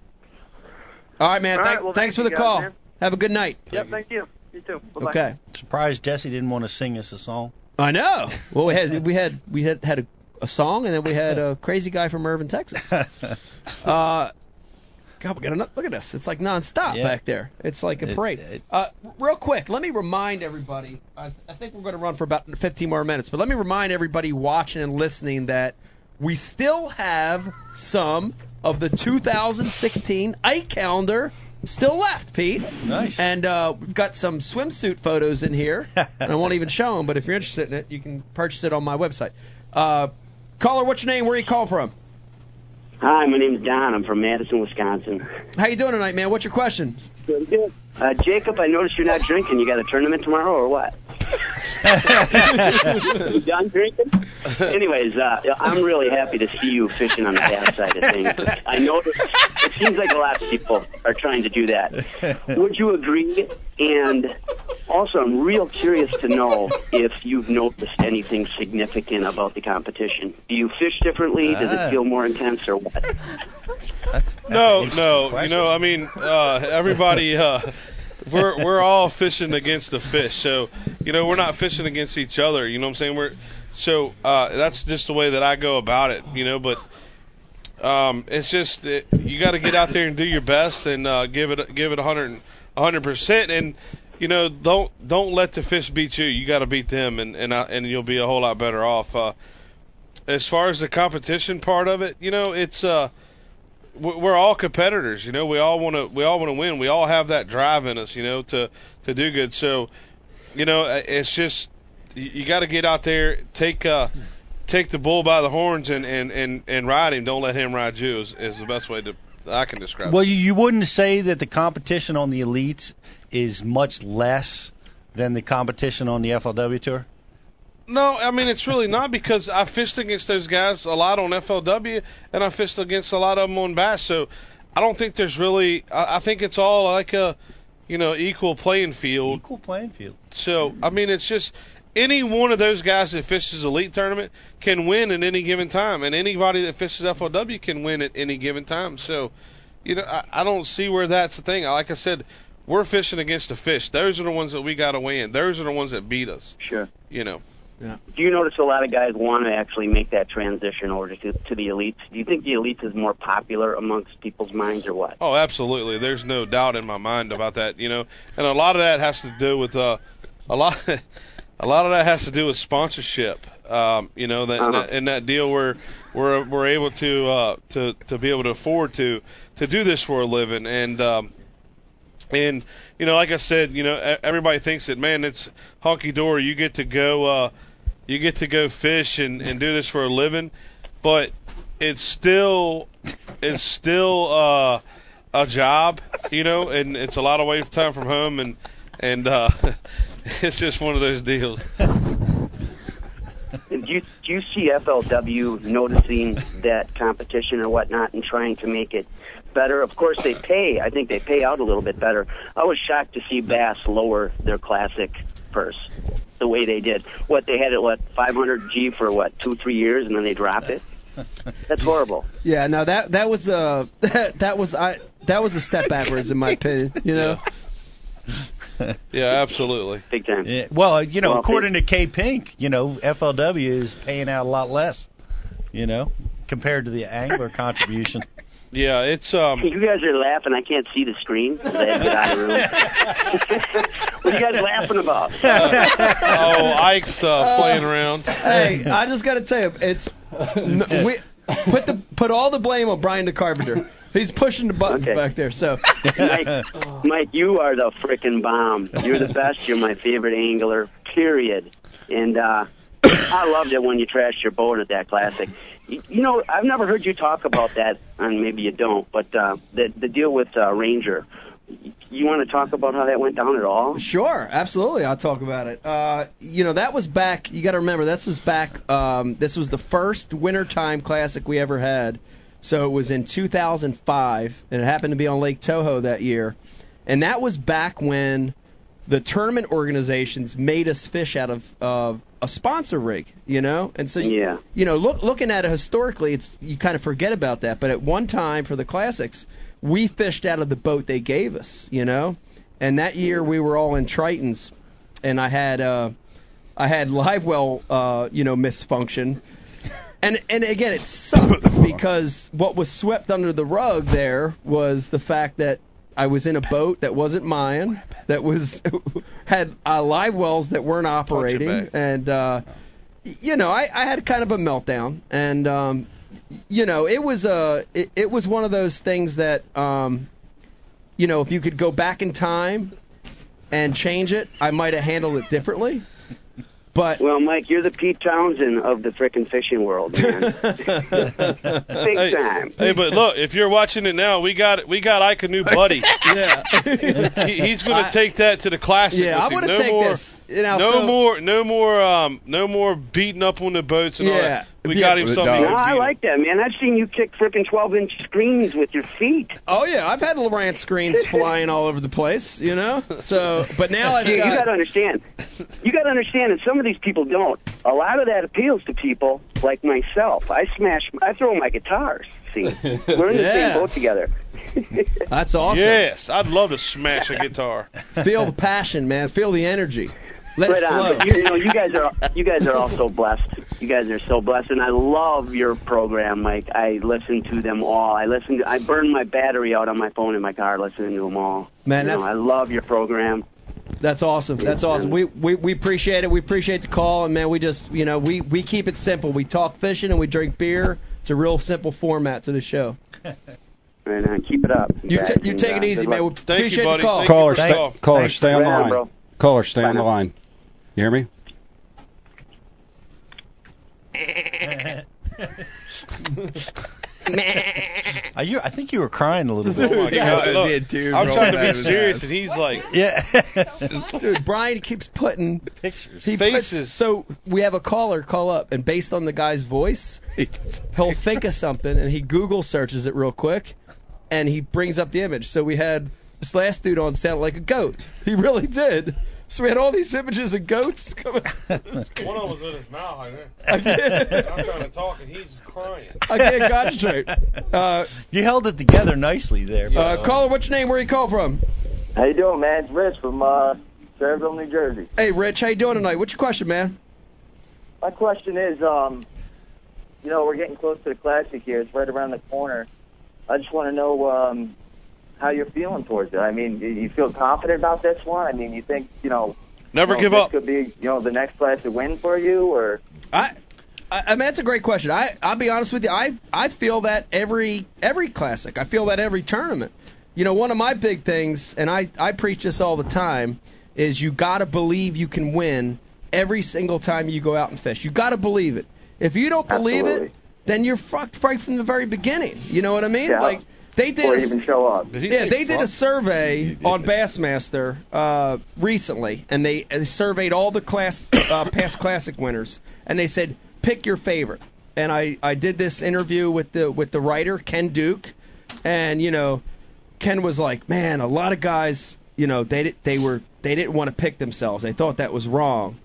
Speaker 1: All right, man.
Speaker 12: All right,
Speaker 1: Thank-
Speaker 12: well,
Speaker 1: thanks
Speaker 12: thank
Speaker 1: for the
Speaker 12: you guys,
Speaker 1: call.
Speaker 12: man.
Speaker 1: Have a good night.
Speaker 12: Yep, thank you. You too. Bye-bye.
Speaker 1: Okay.
Speaker 2: Surprised Jesse didn't want to sing us a song.
Speaker 1: I know. Well, we had we had we had had a, a song, and then we had a crazy guy from Irvin,
Speaker 2: [LAUGHS]
Speaker 1: Texas. Uh, God, we got another, look at this. It's like nonstop
Speaker 2: Yeah.
Speaker 1: back there. It's like a
Speaker 2: It-
Speaker 1: parade.
Speaker 2: it-
Speaker 1: uh, real quick, let me remind everybody. I, I think we're going to run for about 15 more minutes, but let me remind everybody watching and listening that we still have some of the 2016 Ike calendar still left, Pete.
Speaker 2: Nice.
Speaker 1: And uh, we've got some swimsuit photos in
Speaker 2: [LAUGHS]
Speaker 1: here. and I won't even show them, but if you're interested in it, you can purchase it on my website. Uh, caller, what's your name? Where you call from?
Speaker 13: Hi, my name's Don. I'm from Madison, Wisconsin.
Speaker 1: How you doing tonight, man? What's your question?
Speaker 13: Uh, Jacob, I noticed you're not drinking. You got a tournament tomorrow or what? you done drinking? Anyways, uh, I'm really happy to see you fishing on the bass side of things. I know it seems like a lot of people are trying to do that. Would you agree? And also, I'm real curious to know if you've noticed anything significant about the competition. Do you fish differently? Does
Speaker 2: Ah.
Speaker 13: it feel more intense or what?
Speaker 2: That's, that's an
Speaker 5: no,
Speaker 2: interesting
Speaker 5: no.
Speaker 2: question.
Speaker 5: You know, I mean, uh, everybody, uh, we're we're all fishing against the fish. So, you know, we're not fishing against each other. You know what I'm saying? We're so uh, that's just the way that I go about it. You know, but um, it's just that you got to get out there and do your best and uh, give it give it 100 100 percent and. You know, don't don't let the fish beat you. You got to beat them, and and I, and you'll be a whole lot better off. Uh, as far as the competition part of it, you know, it's uh, we- we're all competitors, you know. We all want to we all want to win. We all have that drive in us, you know, to to do good. So, you know, uh, it's just you, you got to get out there, take uh take the bull by the horns and and and and ride him. Don't let him ride you. Is, is the best way to I can describe.
Speaker 2: Well,
Speaker 5: it.
Speaker 2: you, you wouldn't say that the competition on the elites is much less than the competition on the FLW tour.
Speaker 5: No, I mean it's really not because I fished against those guys a lot on FLW, and I fished against a lot of them on Bass. So I don't think there's really. I, I think it's all like a, you know, equal playing field.
Speaker 2: Equal playing field.
Speaker 5: So I mean, it's just any one of those guys that fishes elite tournament can win at any given time, and anybody that fishes FLW can win at any given time. So, you know, I, I don't see where that's the thing. Like I said, we're fishing against the fish. Those are the ones that we got to win. Those are the ones that beat us.
Speaker 13: Sure.
Speaker 5: You know.
Speaker 13: do you notice a lot of guys want to actually make that transition over to, to the elites? Do you think the elites is more popular amongst people's minds
Speaker 5: [LAUGHS]
Speaker 13: or what?
Speaker 5: Oh, absolutely. There's no doubt in my mind about that. You know, and a lot of that has to do with uh, a lot, [LAUGHS] a lot of that has to do with sponsorship. Um, you know, that,
Speaker 13: Uh-huh.
Speaker 5: that in that deal where we're we're able to uh, to to be able to afford to to do this for a living, and um, and you know, like I said, you know, e- everybody thinks that man, it's honky dory. You get to go, uh, you get to go fish and and do this for a living, but it's still it's still uh, a job, you know, and it's a lot of wait time from home, and and uh, [LAUGHS] it's just one of those deals.
Speaker 13: Do you, do you see FLW noticing that competition or whatnot and trying to make it better? Of course, they pay. I think they pay out a little bit better. I was shocked to see Bass lower their classic purse the way they did. What they had it what 500G for what two three years and then they drop it. That's horrible.
Speaker 1: Yeah, no that that was uh [LAUGHS] that was I that was a step backwards in my opinion. You know.
Speaker 5: Yeah, absolutely.
Speaker 13: Big time.
Speaker 2: Yeah, well, uh, you know,
Speaker 13: Well,
Speaker 2: according to K Pink, you know, FLW is paying out a lot less, you know, compared to the angler contribution.
Speaker 5: Yeah, it's um.
Speaker 13: You guys are laughing. I can't see the screen. 'cause I had to get out of the room. what are you guys laughing about?
Speaker 5: [LAUGHS] oh, Ike's uh, playing around.
Speaker 1: Hey, I just got to tell you, it's n- we, put the put all the blame on Brian the Carpenter. He's pushing the buttons
Speaker 13: Okay.
Speaker 1: back there.
Speaker 13: [LAUGHS]
Speaker 1: So
Speaker 13: Mike, Mike, you are the frickin' bomb. You're the best. You're my favorite angler, period. And uh, [COUGHS] I loved it when you trashed your boat at that classic. You, you know, I've never heard you talk about that, and maybe you don't, but uh, the, the deal with uh, Ranger. You, you want to talk about how that went down at all?
Speaker 1: Sure, absolutely. I'll talk about it. Uh, you know, that was back. You got to remember, this was back. Um, this was the first wintertime classic we ever had. So it was in 2005, and it happened to be on Lake Toho that year. And that was back when the tournament organizations made us fish out of uh, a sponsor rig, you know. And so, you-
Speaker 13: Yeah.
Speaker 1: you know, look, looking at it historically, it's you kind of forget about that. But at one time for the classics, we fished out of the boat they gave us, you know. And that year we were all in Tritons, and I had uh, I had live well, uh, you know, misfunction. And and again, it sucked because what was swept under the rug there was the fact that I was in a boat that wasn't mine, that was [LAUGHS] had uh, live wells that weren't operating,
Speaker 6: back.
Speaker 1: and uh, y- you know, I, I had kind of a meltdown, and um, y- you know, it was a it, it was one of those things that um, you know, if you could go back in time and change it, I might have handled it differently. But
Speaker 13: Well, Mike, you're the Pete Townsend of the frickin' fishing
Speaker 5: [LAUGHS]
Speaker 13: world, man. Big
Speaker 5: Hey,
Speaker 13: time.
Speaker 5: hey, but look, if you're watching it now, we got we got Ike a new buddy.
Speaker 1: yeah,
Speaker 5: [LAUGHS] He, he's going to take that to the classic.
Speaker 1: yeah,
Speaker 5: with
Speaker 1: I'm
Speaker 5: him.
Speaker 1: gonna
Speaker 5: no
Speaker 1: take
Speaker 5: more,
Speaker 1: this. You know,
Speaker 5: No
Speaker 1: so-
Speaker 5: more, no more, um, no more beating up on the boats and all
Speaker 1: Yeah.
Speaker 5: that. We
Speaker 1: Yeah.
Speaker 5: got him
Speaker 6: With the
Speaker 5: something.
Speaker 6: dog.
Speaker 13: No, I
Speaker 5: Gina.
Speaker 13: like that, man. I've seen you kick frickin' 12 inch screens with your feet.
Speaker 1: Oh yeah, I've had Lorant
Speaker 13: [LAUGHS]
Speaker 1: screens flying all over the place, you know. So, but now I've
Speaker 13: you, you
Speaker 1: got.
Speaker 13: got
Speaker 1: [LAUGHS]
Speaker 13: to understand. You got to understand that some of these people don't. A lot of that appeals to people like myself. I smash. I throw my guitars. See, we're in the
Speaker 1: Yeah.
Speaker 13: same boat together.
Speaker 1: That's awesome.
Speaker 5: Yes, I'd love to smash a guitar.
Speaker 1: Feel the passion, man. Feel the energy. Let
Speaker 13: But
Speaker 1: it flow.
Speaker 13: um, you, you know, you guys are you guys are all so blessed. You guys are so blessed, and I love your program, Mike. I listen to them all. I listen. To, I burn my battery out on my phone in my car listening to them all.
Speaker 1: Man,
Speaker 13: you know,
Speaker 1: that's-
Speaker 13: I love your program.
Speaker 1: That's awesome. That's awesome. We, we we appreciate it. We appreciate the call, and man, we just you know we we keep it simple. We talk fishing and we drink beer. It's a real simple format to the show.
Speaker 13: And uh, keep it up.
Speaker 1: You
Speaker 13: guys,
Speaker 1: ta- you
Speaker 13: and,
Speaker 1: take
Speaker 13: uh,
Speaker 1: it easy,
Speaker 13: good
Speaker 1: man. We
Speaker 13: luck.
Speaker 5: Thank you,
Speaker 1: appreciate
Speaker 5: buddy.
Speaker 1: the call.
Speaker 5: Thank you. for
Speaker 3: Caller,
Speaker 5: the
Speaker 3: stay,
Speaker 5: call.
Speaker 3: caller,
Speaker 2: Thanks.
Speaker 3: stay on
Speaker 13: Right
Speaker 3: the
Speaker 13: on,
Speaker 3: line.
Speaker 13: bro.
Speaker 3: Caller, stay on
Speaker 13: Right
Speaker 3: the
Speaker 13: on.
Speaker 3: line. You
Speaker 1: [LAUGHS]
Speaker 3: hear me?
Speaker 2: Are Uh, you, I think you were crying a little
Speaker 5: Oh
Speaker 2: bit.
Speaker 5: my God,
Speaker 6: I
Speaker 5: look,
Speaker 6: did too,
Speaker 5: I'm
Speaker 6: bro.
Speaker 5: trying to
Speaker 6: That
Speaker 5: be
Speaker 6: was
Speaker 5: serious,
Speaker 6: bad.
Speaker 5: and he's like,
Speaker 2: yeah.
Speaker 1: Dude, Brian keeps putting
Speaker 2: Pictures.
Speaker 1: he puts-
Speaker 5: Faces.
Speaker 1: so we have a caller call up, and based on the guy's voice, he'll think of something, and he Google searches it real quick, and he brings up the image. So we had this last dude on sounded like a goat. He really did. So we had all these images of goats coming.
Speaker 5: one of them was in his mouth like
Speaker 1: I
Speaker 5: that.
Speaker 1: can't,
Speaker 5: I'm trying to talk, and he's crying.
Speaker 1: I can't concentrate.
Speaker 2: [LAUGHS]
Speaker 1: [LAUGHS] Uh,
Speaker 2: You held it together nicely there.
Speaker 1: uh,
Speaker 2: but-
Speaker 1: caller, what's your name? Where you call from?
Speaker 14: How you doing, man? It's Rich from uh, Fayetteville, New Jersey.
Speaker 1: Hey, Rich, how you doing tonight? What's your question, man?
Speaker 14: My question is, um, you know, we're getting close to the classic here. It's right around the corner. I just want to know um, how you're feeling towards it. I mean, do you feel confident about this one? I mean, you think, you know,
Speaker 5: [LAUGHS] Never
Speaker 14: you know,
Speaker 5: give
Speaker 14: this
Speaker 5: up.
Speaker 14: could be, you know, the next classic win for you, or
Speaker 1: I, I, I mean, that's a great question. I, I'll be honest with you. I, I feel that every every classic. I feel that every tournament. You know, one of my big things, and I, I preach this all the time, is you got to believe you can win every single time you go out and fish. You got to believe it. If you don't believe it,
Speaker 14: Absolutely.
Speaker 1: then you're fucked right from the very beginning. You know what I mean?
Speaker 14: Yeah.
Speaker 1: Like they did.
Speaker 14: or
Speaker 1: a-
Speaker 14: even show up?
Speaker 5: Did he
Speaker 1: yeah,
Speaker 5: say
Speaker 1: they did
Speaker 5: fuck?
Speaker 1: a survey on Bassmaster uh, recently, and they, and they surveyed all the class uh, past classic winners, and they said pick your favorite. And I, I did this interview with the with the writer Ken Duke, and you know Ken was like, man, a lot of guys, you know, they di- they were they didn't want to pick themselves. They thought that was wrong.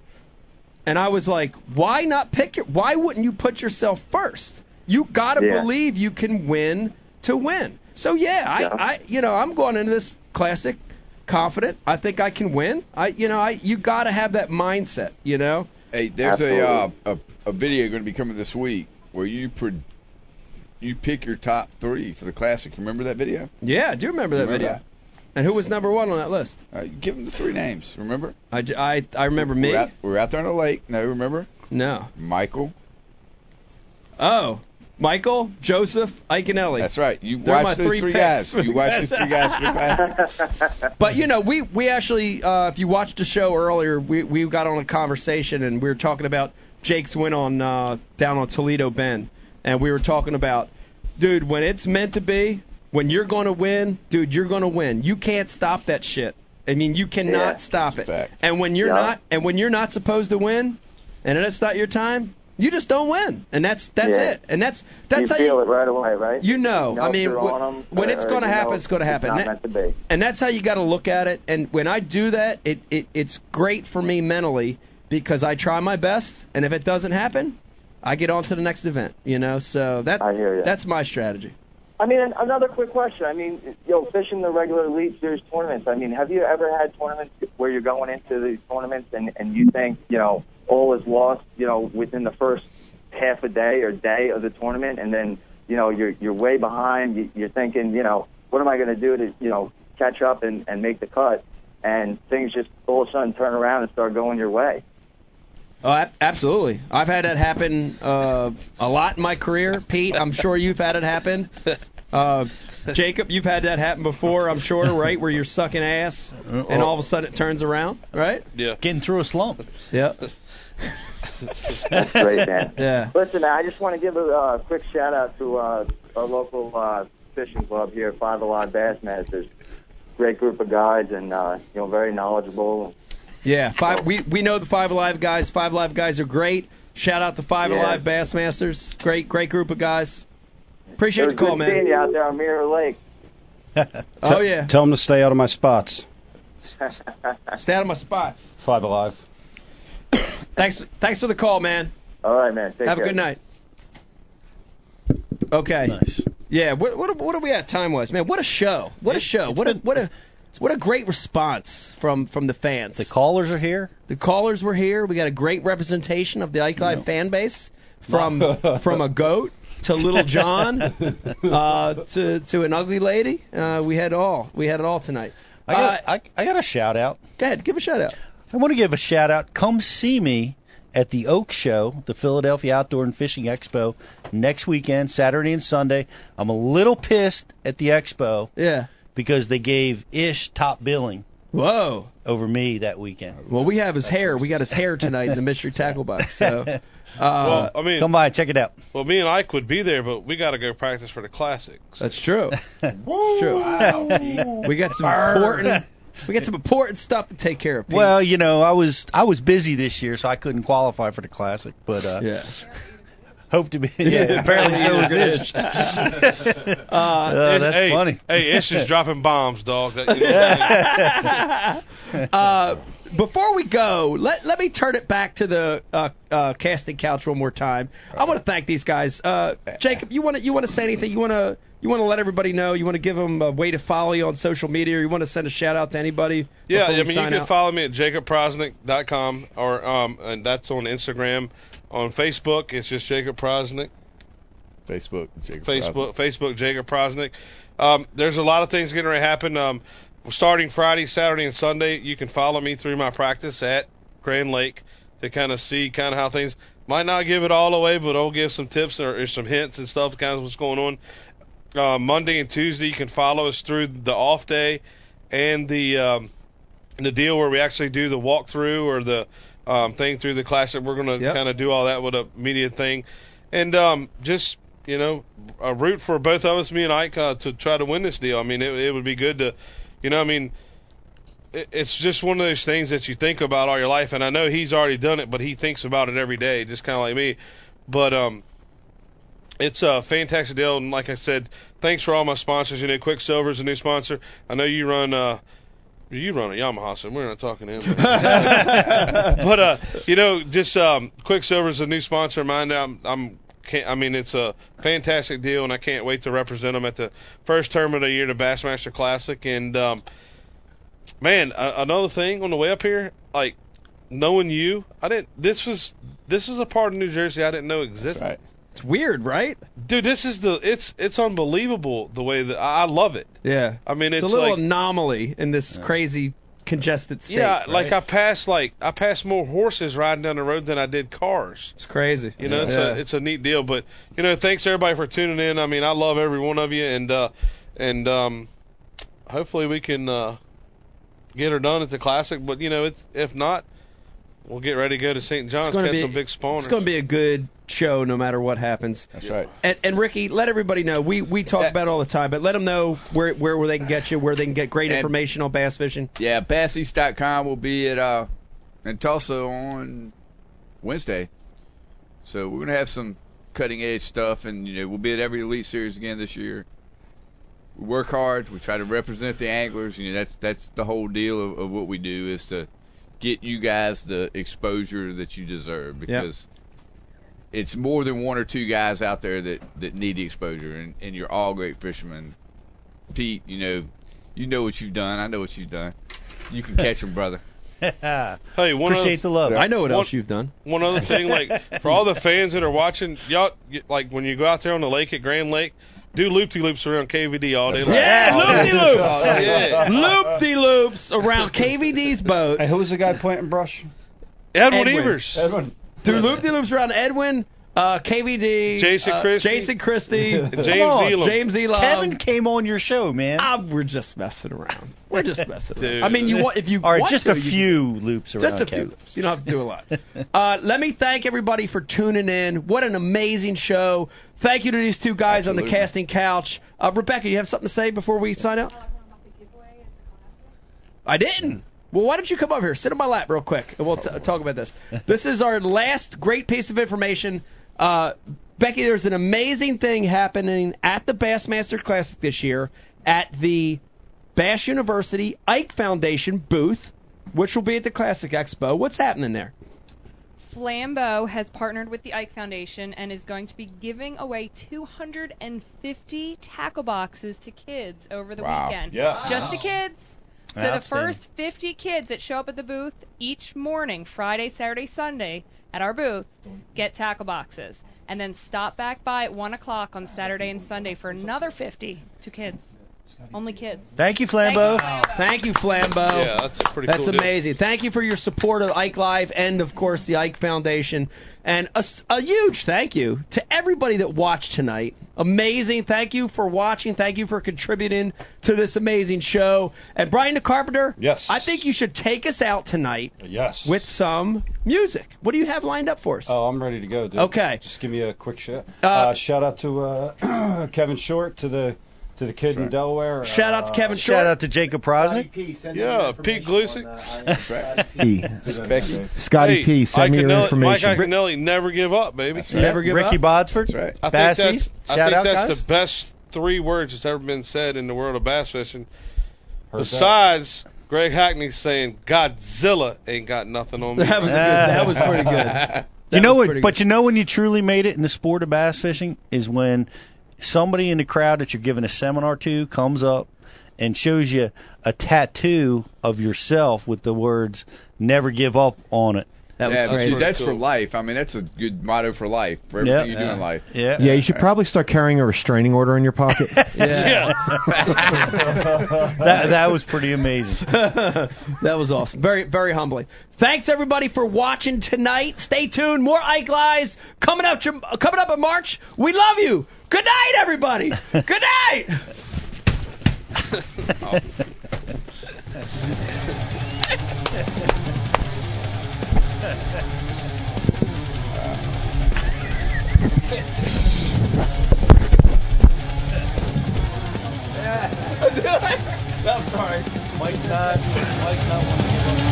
Speaker 1: And I was like, why not pick your why wouldn't you put yourself first? You got to
Speaker 14: Yeah.
Speaker 1: believe you can win to win. So yeah,
Speaker 14: Yeah.
Speaker 1: I, I you know, I'm going into this classic confident. I think I can win. I you know, I you got to have that mindset, you know?
Speaker 6: Hey, there's a, uh, a a video going to be coming this week where you pre- you pick your top three for the classic. Remember that video?
Speaker 1: Yeah, I do remember that
Speaker 6: Remember
Speaker 1: video.
Speaker 6: that?
Speaker 1: And who was number one on that list?
Speaker 6: Uh, give them the three names. Remember?
Speaker 1: I, j- I, I remember me.
Speaker 6: We're out, we're out there on the lake. No, remember?
Speaker 1: No.
Speaker 6: Michael.
Speaker 1: Oh, Michael, Joseph, Ike, and Ellie.
Speaker 6: That's right. You
Speaker 1: They're my
Speaker 6: watch those
Speaker 1: three
Speaker 6: three,
Speaker 1: picks
Speaker 6: guys.
Speaker 1: for the
Speaker 6: You watch those
Speaker 1: [LAUGHS]
Speaker 6: three guys. For the classic.
Speaker 1: But you know, we we actually, uh, if you watched the show earlier, we we got on a conversation and we were talking about Jake's win on uh, down on Toledo Bend, and we were talking about, dude, when it's meant to be, when you're gonna win, dude, you're gonna win. You can't stop that shit. I mean, you cannot
Speaker 12: Yeah,
Speaker 1: stop it.
Speaker 6: that's a fact.
Speaker 1: And when you're
Speaker 12: Yeah.
Speaker 1: not, and when you're not supposed to win, and it's not your time, you just don't win, and that's that's
Speaker 12: Yeah.
Speaker 1: it. And that's that's
Speaker 12: you
Speaker 1: how
Speaker 12: feel
Speaker 1: you
Speaker 12: it right away, right?
Speaker 1: you know, I
Speaker 12: if
Speaker 1: mean,
Speaker 12: you're
Speaker 1: wh-
Speaker 12: on 'em,
Speaker 1: when it's
Speaker 12: or
Speaker 1: gonna
Speaker 12: you
Speaker 1: happen,
Speaker 12: know
Speaker 1: it's gonna happen.
Speaker 12: It's
Speaker 1: That-
Speaker 12: not meant to be.
Speaker 1: and that's how you got to look at it. And when I do that, it, it it's great for me mentally because I try my best, and if it doesn't happen, I get on to the next event. You know, so that
Speaker 12: I hear ya.
Speaker 1: that's my strategy.
Speaker 14: I mean, an- another quick question. I mean, yo, fishing the regular Elite Series tournaments. I mean, have you ever had tournaments where you're going into these tournaments and, and you think, you know, all is lost, you know, within the first half a day or day of the tournament, and then, you know, you're you're way behind. You, you're thinking, you know, what am I going to do to, you know, catch up and, and make the cut? And things just all of a sudden turn around and start going your way.
Speaker 1: Oh, ab- absolutely. I've had that happen uh, a lot in my career, Pete. I'm sure you've had it
Speaker 12: [LAUGHS]
Speaker 1: happen. Uh, Jacob, you've had that happen before, I'm sure, right? Where you're sucking ass, and all of a sudden it turns around, right?
Speaker 5: Yeah.
Speaker 2: Getting Uh, oh. through a slump. [LAUGHS]
Speaker 1: Yeah.
Speaker 14: That's great, man.
Speaker 1: Yeah.
Speaker 14: Listen, I just want to give a uh, quick shout out to uh, our local uh, fishing club here, Five Alive Bassmasters. Great group of guys, and uh, you know, very knowledgeable.
Speaker 1: Yeah, five. We we know the Five Alive guys. Five Alive guys are great. Shout out to Five
Speaker 14: Yeah.
Speaker 1: Alive Bassmasters. Great, great group of guys.
Speaker 14: it
Speaker 1: Appreciate
Speaker 14: was
Speaker 1: the call,
Speaker 14: good seeing
Speaker 1: man.
Speaker 14: you out there on Mirror Lake.
Speaker 1: Oh yeah,
Speaker 15: Tell them to stay out of my spots.
Speaker 1: stay out of my spots.
Speaker 15: Five alive.
Speaker 1: [COUGHS] Thanks, thanks for the call, man.
Speaker 14: All right, man. Take
Speaker 1: Have a
Speaker 14: care.
Speaker 1: good night. Okay.
Speaker 2: Nice.
Speaker 1: Yeah. What what what are we at time wise, man? What a show. What a show. What a what a what a great response from from the fans.
Speaker 2: The callers are here.
Speaker 1: The callers were here. We got a great representation of the Ike Live fan base from from a goat to Little
Speaker 2: [LAUGHS]
Speaker 5: [LAUGHS]
Speaker 1: John uh, to to an ugly lady. Uh, we had all. We had it all tonight.
Speaker 2: I got,
Speaker 1: uh,
Speaker 2: I, I got a shout out.
Speaker 1: go ahead, give a shout out.
Speaker 2: I want to give a shout out. Come see me at the Oak Show, the Philadelphia Outdoor and Fishing Expo, next weekend, Saturday and Sunday. I'm a little pissed at the expo
Speaker 1: Yeah.
Speaker 2: because they gave Ish top billing
Speaker 1: Whoa.
Speaker 2: over me that weekend.
Speaker 1: Well, we have his hair. We got his hair tonight in the mystery tackle box.
Speaker 2: [LAUGHS]
Speaker 1: So, uh,
Speaker 5: Well, I mean,
Speaker 2: Come by, check it out.
Speaker 5: well, me and Ike would be there, but we got to go practice for the classics.
Speaker 1: that's true. That's true. We got some important. We got some important stuff to take care of.
Speaker 5: [LAUGHS]
Speaker 1: Pete.
Speaker 2: Well, you know, I was I was busy this year, so I couldn't qualify for the classic, but uh,
Speaker 1: yeah.
Speaker 2: [LAUGHS] hope to be.
Speaker 5: [LAUGHS]
Speaker 2: Yeah,
Speaker 1: [LAUGHS]
Speaker 2: apparently so was Ish. [LAUGHS] Uh,
Speaker 5: And,
Speaker 2: Oh, that's
Speaker 5: hey,
Speaker 2: funny.
Speaker 5: Hey, Ish
Speaker 2: [LAUGHS]
Speaker 5: is dropping bombs, dog. That- you know what I'm saying?
Speaker 1: Uh, before we go, let let me turn it back to the uh, uh, casting couch one more time. I want to thank these guys. Uh, Jacob, you want to you want to say anything? You want to you want to let everybody know? You want to give them a way to follow you on social media, or you want to send a shout out to anybody?
Speaker 5: yeah,
Speaker 1: before we
Speaker 5: I mean, you
Speaker 1: sign
Speaker 5: can
Speaker 1: out?
Speaker 5: follow me at jacobprosnick.com or um, and that's on Instagram. On Facebook, it's just Jacob Prosnick.
Speaker 6: Facebook. Jacob
Speaker 5: Facebook, Facebook, Jacob Prosnick. Um, there's a lot of things getting ready to happen. Um, starting Friday, Saturday, and Sunday, you can follow me through my practice at Grand Lake to kind of see kind of how things. Might not give it all away, but I'll give some tips or, or some hints and stuff, kind of what's going on. Uh, Monday and Tuesday, you can follow us through the off day and the um, the deal where we actually do the walkthrough or the um, thing through the classic. We're going to
Speaker 1: Yep.
Speaker 5: kind of do all that with a media thing, and um, just you know, a root for both of us, me and Ike, uh, to try to win this deal. I mean, it, it would be good to, you know, I mean, it, it's just one of those things that you think about all your life, and I know he's already done it, but he thinks about it every day, just kind of like me. But um, it's a fantastic deal, and like I said, thanks for all my sponsors. You know, Quicksilver's a new sponsor. I know you run. Uh, you run a Yamaha, so we're not talking to
Speaker 1: [LAUGHS]
Speaker 5: him. but uh, you know, just um, Quicksilver's a new sponsor of mine. I'm, I'm can't, I mean, it's a fantastic deal, and I can't wait to represent them at the first term of the year, the Bassmaster Classic. And um, man, uh, another thing on the way up here, like knowing you, I didn't. This was this is a part of New Jersey I didn't know
Speaker 6: That's
Speaker 5: existed.
Speaker 6: right.
Speaker 1: It's weird, right?
Speaker 5: Dude, this is the it's it's unbelievable the way that I I love it.
Speaker 1: Yeah.
Speaker 5: I mean,
Speaker 1: It's,
Speaker 5: it's,
Speaker 1: a little
Speaker 5: like
Speaker 1: anomaly in this crazy congested state.
Speaker 5: yeah,
Speaker 1: right?
Speaker 5: like I passed like I passed more horses riding down the road than I did cars.
Speaker 1: it's crazy.
Speaker 5: You know, it's
Speaker 1: Yeah.
Speaker 5: a it's a neat deal. But you know, thanks everybody for tuning in. I mean, I love every one of you, and uh, and um, hopefully we can uh, get her done at the classic. But you know, it's, if not, we'll get ready to go to St. John's,
Speaker 1: gonna
Speaker 5: catch
Speaker 1: be-
Speaker 5: some big spawners.
Speaker 1: It's going to be a good show no matter what happens.
Speaker 6: That's right.
Speaker 1: And, and Ricky, let everybody know. We we talk about it all the time, but let them know where where they can get you, where they can get great
Speaker 6: And-
Speaker 1: information on bass fishing.
Speaker 6: Yeah, BassEast.com will be at uh in Tulsa on Wednesday. So we're gonna have some cutting edge stuff, and you know we'll be at every Elite Series again this year. We work hard. We try to represent the anglers. You know that's that's the whole deal of, of what we do is to get you guys the exposure that you deserve because it's more than one or two guys out there that that need the exposure, and, and you're all great fishermen. Pete, you know, you know what you've done. I know what you've done. You can catch 'em, brother.
Speaker 5: hey, one other-
Speaker 2: Appreciate the love.
Speaker 1: I know what
Speaker 5: Well-
Speaker 1: else you've done.
Speaker 5: one other thing, like for all the fans that are watching, y'all y- like when you go out there on the lake at Grand Lake, do loop de loops around KVD all day long.
Speaker 1: Yeah, loop de loops.
Speaker 5: Oh, yeah.
Speaker 1: Loop de loops around KVD's boat.
Speaker 12: Hey, who's the guy planting brush?
Speaker 5: Edwin,
Speaker 1: Edwin.
Speaker 5: Evers.
Speaker 12: Edwin.
Speaker 1: Do loop de loops around Edwin, uh, KVD,
Speaker 5: Jason
Speaker 1: uh,
Speaker 5: Christie.
Speaker 1: Jason Christie,
Speaker 5: [LAUGHS] James
Speaker 1: Come on,
Speaker 5: Elam.
Speaker 1: James Elam.
Speaker 2: Kevin came on your show, man.
Speaker 1: Ah, we're just messing around. We're just messing around.
Speaker 5: Dude.
Speaker 1: I mean, you want if you
Speaker 2: All right,
Speaker 1: want
Speaker 2: just
Speaker 1: to,
Speaker 2: a
Speaker 1: you can-
Speaker 2: few loops around.
Speaker 1: Just a few.
Speaker 2: Kevin.
Speaker 1: loops. You don't have to do a
Speaker 2: [LAUGHS]
Speaker 1: lot. Uh, let me thank everybody for tuning in. What an amazing show! Thank you to these two guys on the
Speaker 6: Absolutely.
Speaker 1: casting couch. Uh, Rebecca, you have something to say before we sign out? I didn't. Well, why don't you come over here, sit on my lap real quick, and we'll t-
Speaker 2: Oh.
Speaker 1: talk about this. This is our last great piece of information. Uh, Becky, there's an amazing thing happening at the Bassmaster Classic this year at the Bass University Ike Foundation booth, which will be at the Classic Expo. What's happening there?
Speaker 8: Flambeau has partnered with the Ike Foundation and is going to be giving away 250 tackle boxes to kids over the
Speaker 6: Wow.
Speaker 8: weekend.
Speaker 5: Yeah.
Speaker 8: Just to kids. So the
Speaker 2: Outstanding.
Speaker 8: first 50 kids that show up at the booth each morning, Friday, Saturday, Sunday, at our booth, get tackle boxes, and then stop back by at one o'clock on Saturday and Sunday for another 50 to kids. Only kids.
Speaker 2: Thank you, Flambeau.
Speaker 1: Thank you, Flambeau.
Speaker 5: Yeah, that's a pretty.
Speaker 1: That's
Speaker 5: cool deal.
Speaker 1: amazing. Thank you for your support of Ike Live and, of course, the Ike Foundation. And a, s- a huge thank you to everybody that watched tonight. Amazing. Thank you for watching. Thank you for contributing to this amazing show. And Brian the Carpenter,
Speaker 12: Yes.
Speaker 1: I think you should take us out tonight
Speaker 12: Yes.
Speaker 1: with some music. What do you have lined up for us?
Speaker 12: Oh, I'm ready to go, dude.
Speaker 1: Okay.
Speaker 12: Just give me a quick shout.
Speaker 1: Uh,
Speaker 12: Uh, shout out to uh, [CLEARS THROAT] Kevin Short to the to the kid in Delaware. Uh,
Speaker 1: Shout out to Kevin Short.
Speaker 2: Shout out to Jacob Prosnick.
Speaker 5: Yeah, Pete Glusick.
Speaker 6: Becky.
Speaker 4: Scotty
Speaker 5: Hey,
Speaker 4: P, send me
Speaker 5: Ike
Speaker 4: your
Speaker 5: Ignelli- Mike
Speaker 4: information.
Speaker 5: Iaconelli, never give up, baby.
Speaker 6: That's right.
Speaker 1: Never give
Speaker 2: Ricky
Speaker 1: up.
Speaker 2: Bodsford.
Speaker 6: That's right.
Speaker 5: I
Speaker 2: Bass
Speaker 5: think
Speaker 2: East.
Speaker 5: that's, I
Speaker 2: Shout
Speaker 5: think
Speaker 2: out,
Speaker 5: that's
Speaker 2: guys.
Speaker 5: the best three words that's ever been said in the world of bass fishing.
Speaker 12: Heard that.
Speaker 5: Besides Greg Hackney saying Godzilla ain't got nothing on me.
Speaker 1: [LAUGHS] That was, a good, that was
Speaker 5: [LAUGHS]
Speaker 1: pretty good.
Speaker 2: You know
Speaker 1: was
Speaker 2: what?
Speaker 1: pretty
Speaker 2: But you know when you truly made it in the sport of bass fishing is when somebody in the crowd that you're giving a seminar to comes up and shows you a tattoo of yourself with the words "Never give up" on it.
Speaker 1: That was
Speaker 6: yeah,
Speaker 1: crazy.
Speaker 6: that's, that's for life. I mean, that's a good motto for life for
Speaker 2: Yeah.
Speaker 6: everything you do in life.
Speaker 2: Yeah.
Speaker 4: Yeah, you should probably start carrying a restraining order in
Speaker 1: [LAUGHS]
Speaker 4: your pocket.
Speaker 6: [LAUGHS]
Speaker 2: That that was pretty amazing.
Speaker 1: [LAUGHS] That was awesome. Very, very humbling. Thanks everybody for watching tonight. Stay tuned. More Ike Lives coming up. Coming up in March. We love you. Good night,
Speaker 2: [LAUGHS]
Speaker 1: everybody. Good night.
Speaker 12: [LAUGHS] I'm sorry. Mike's not. Mike's not one.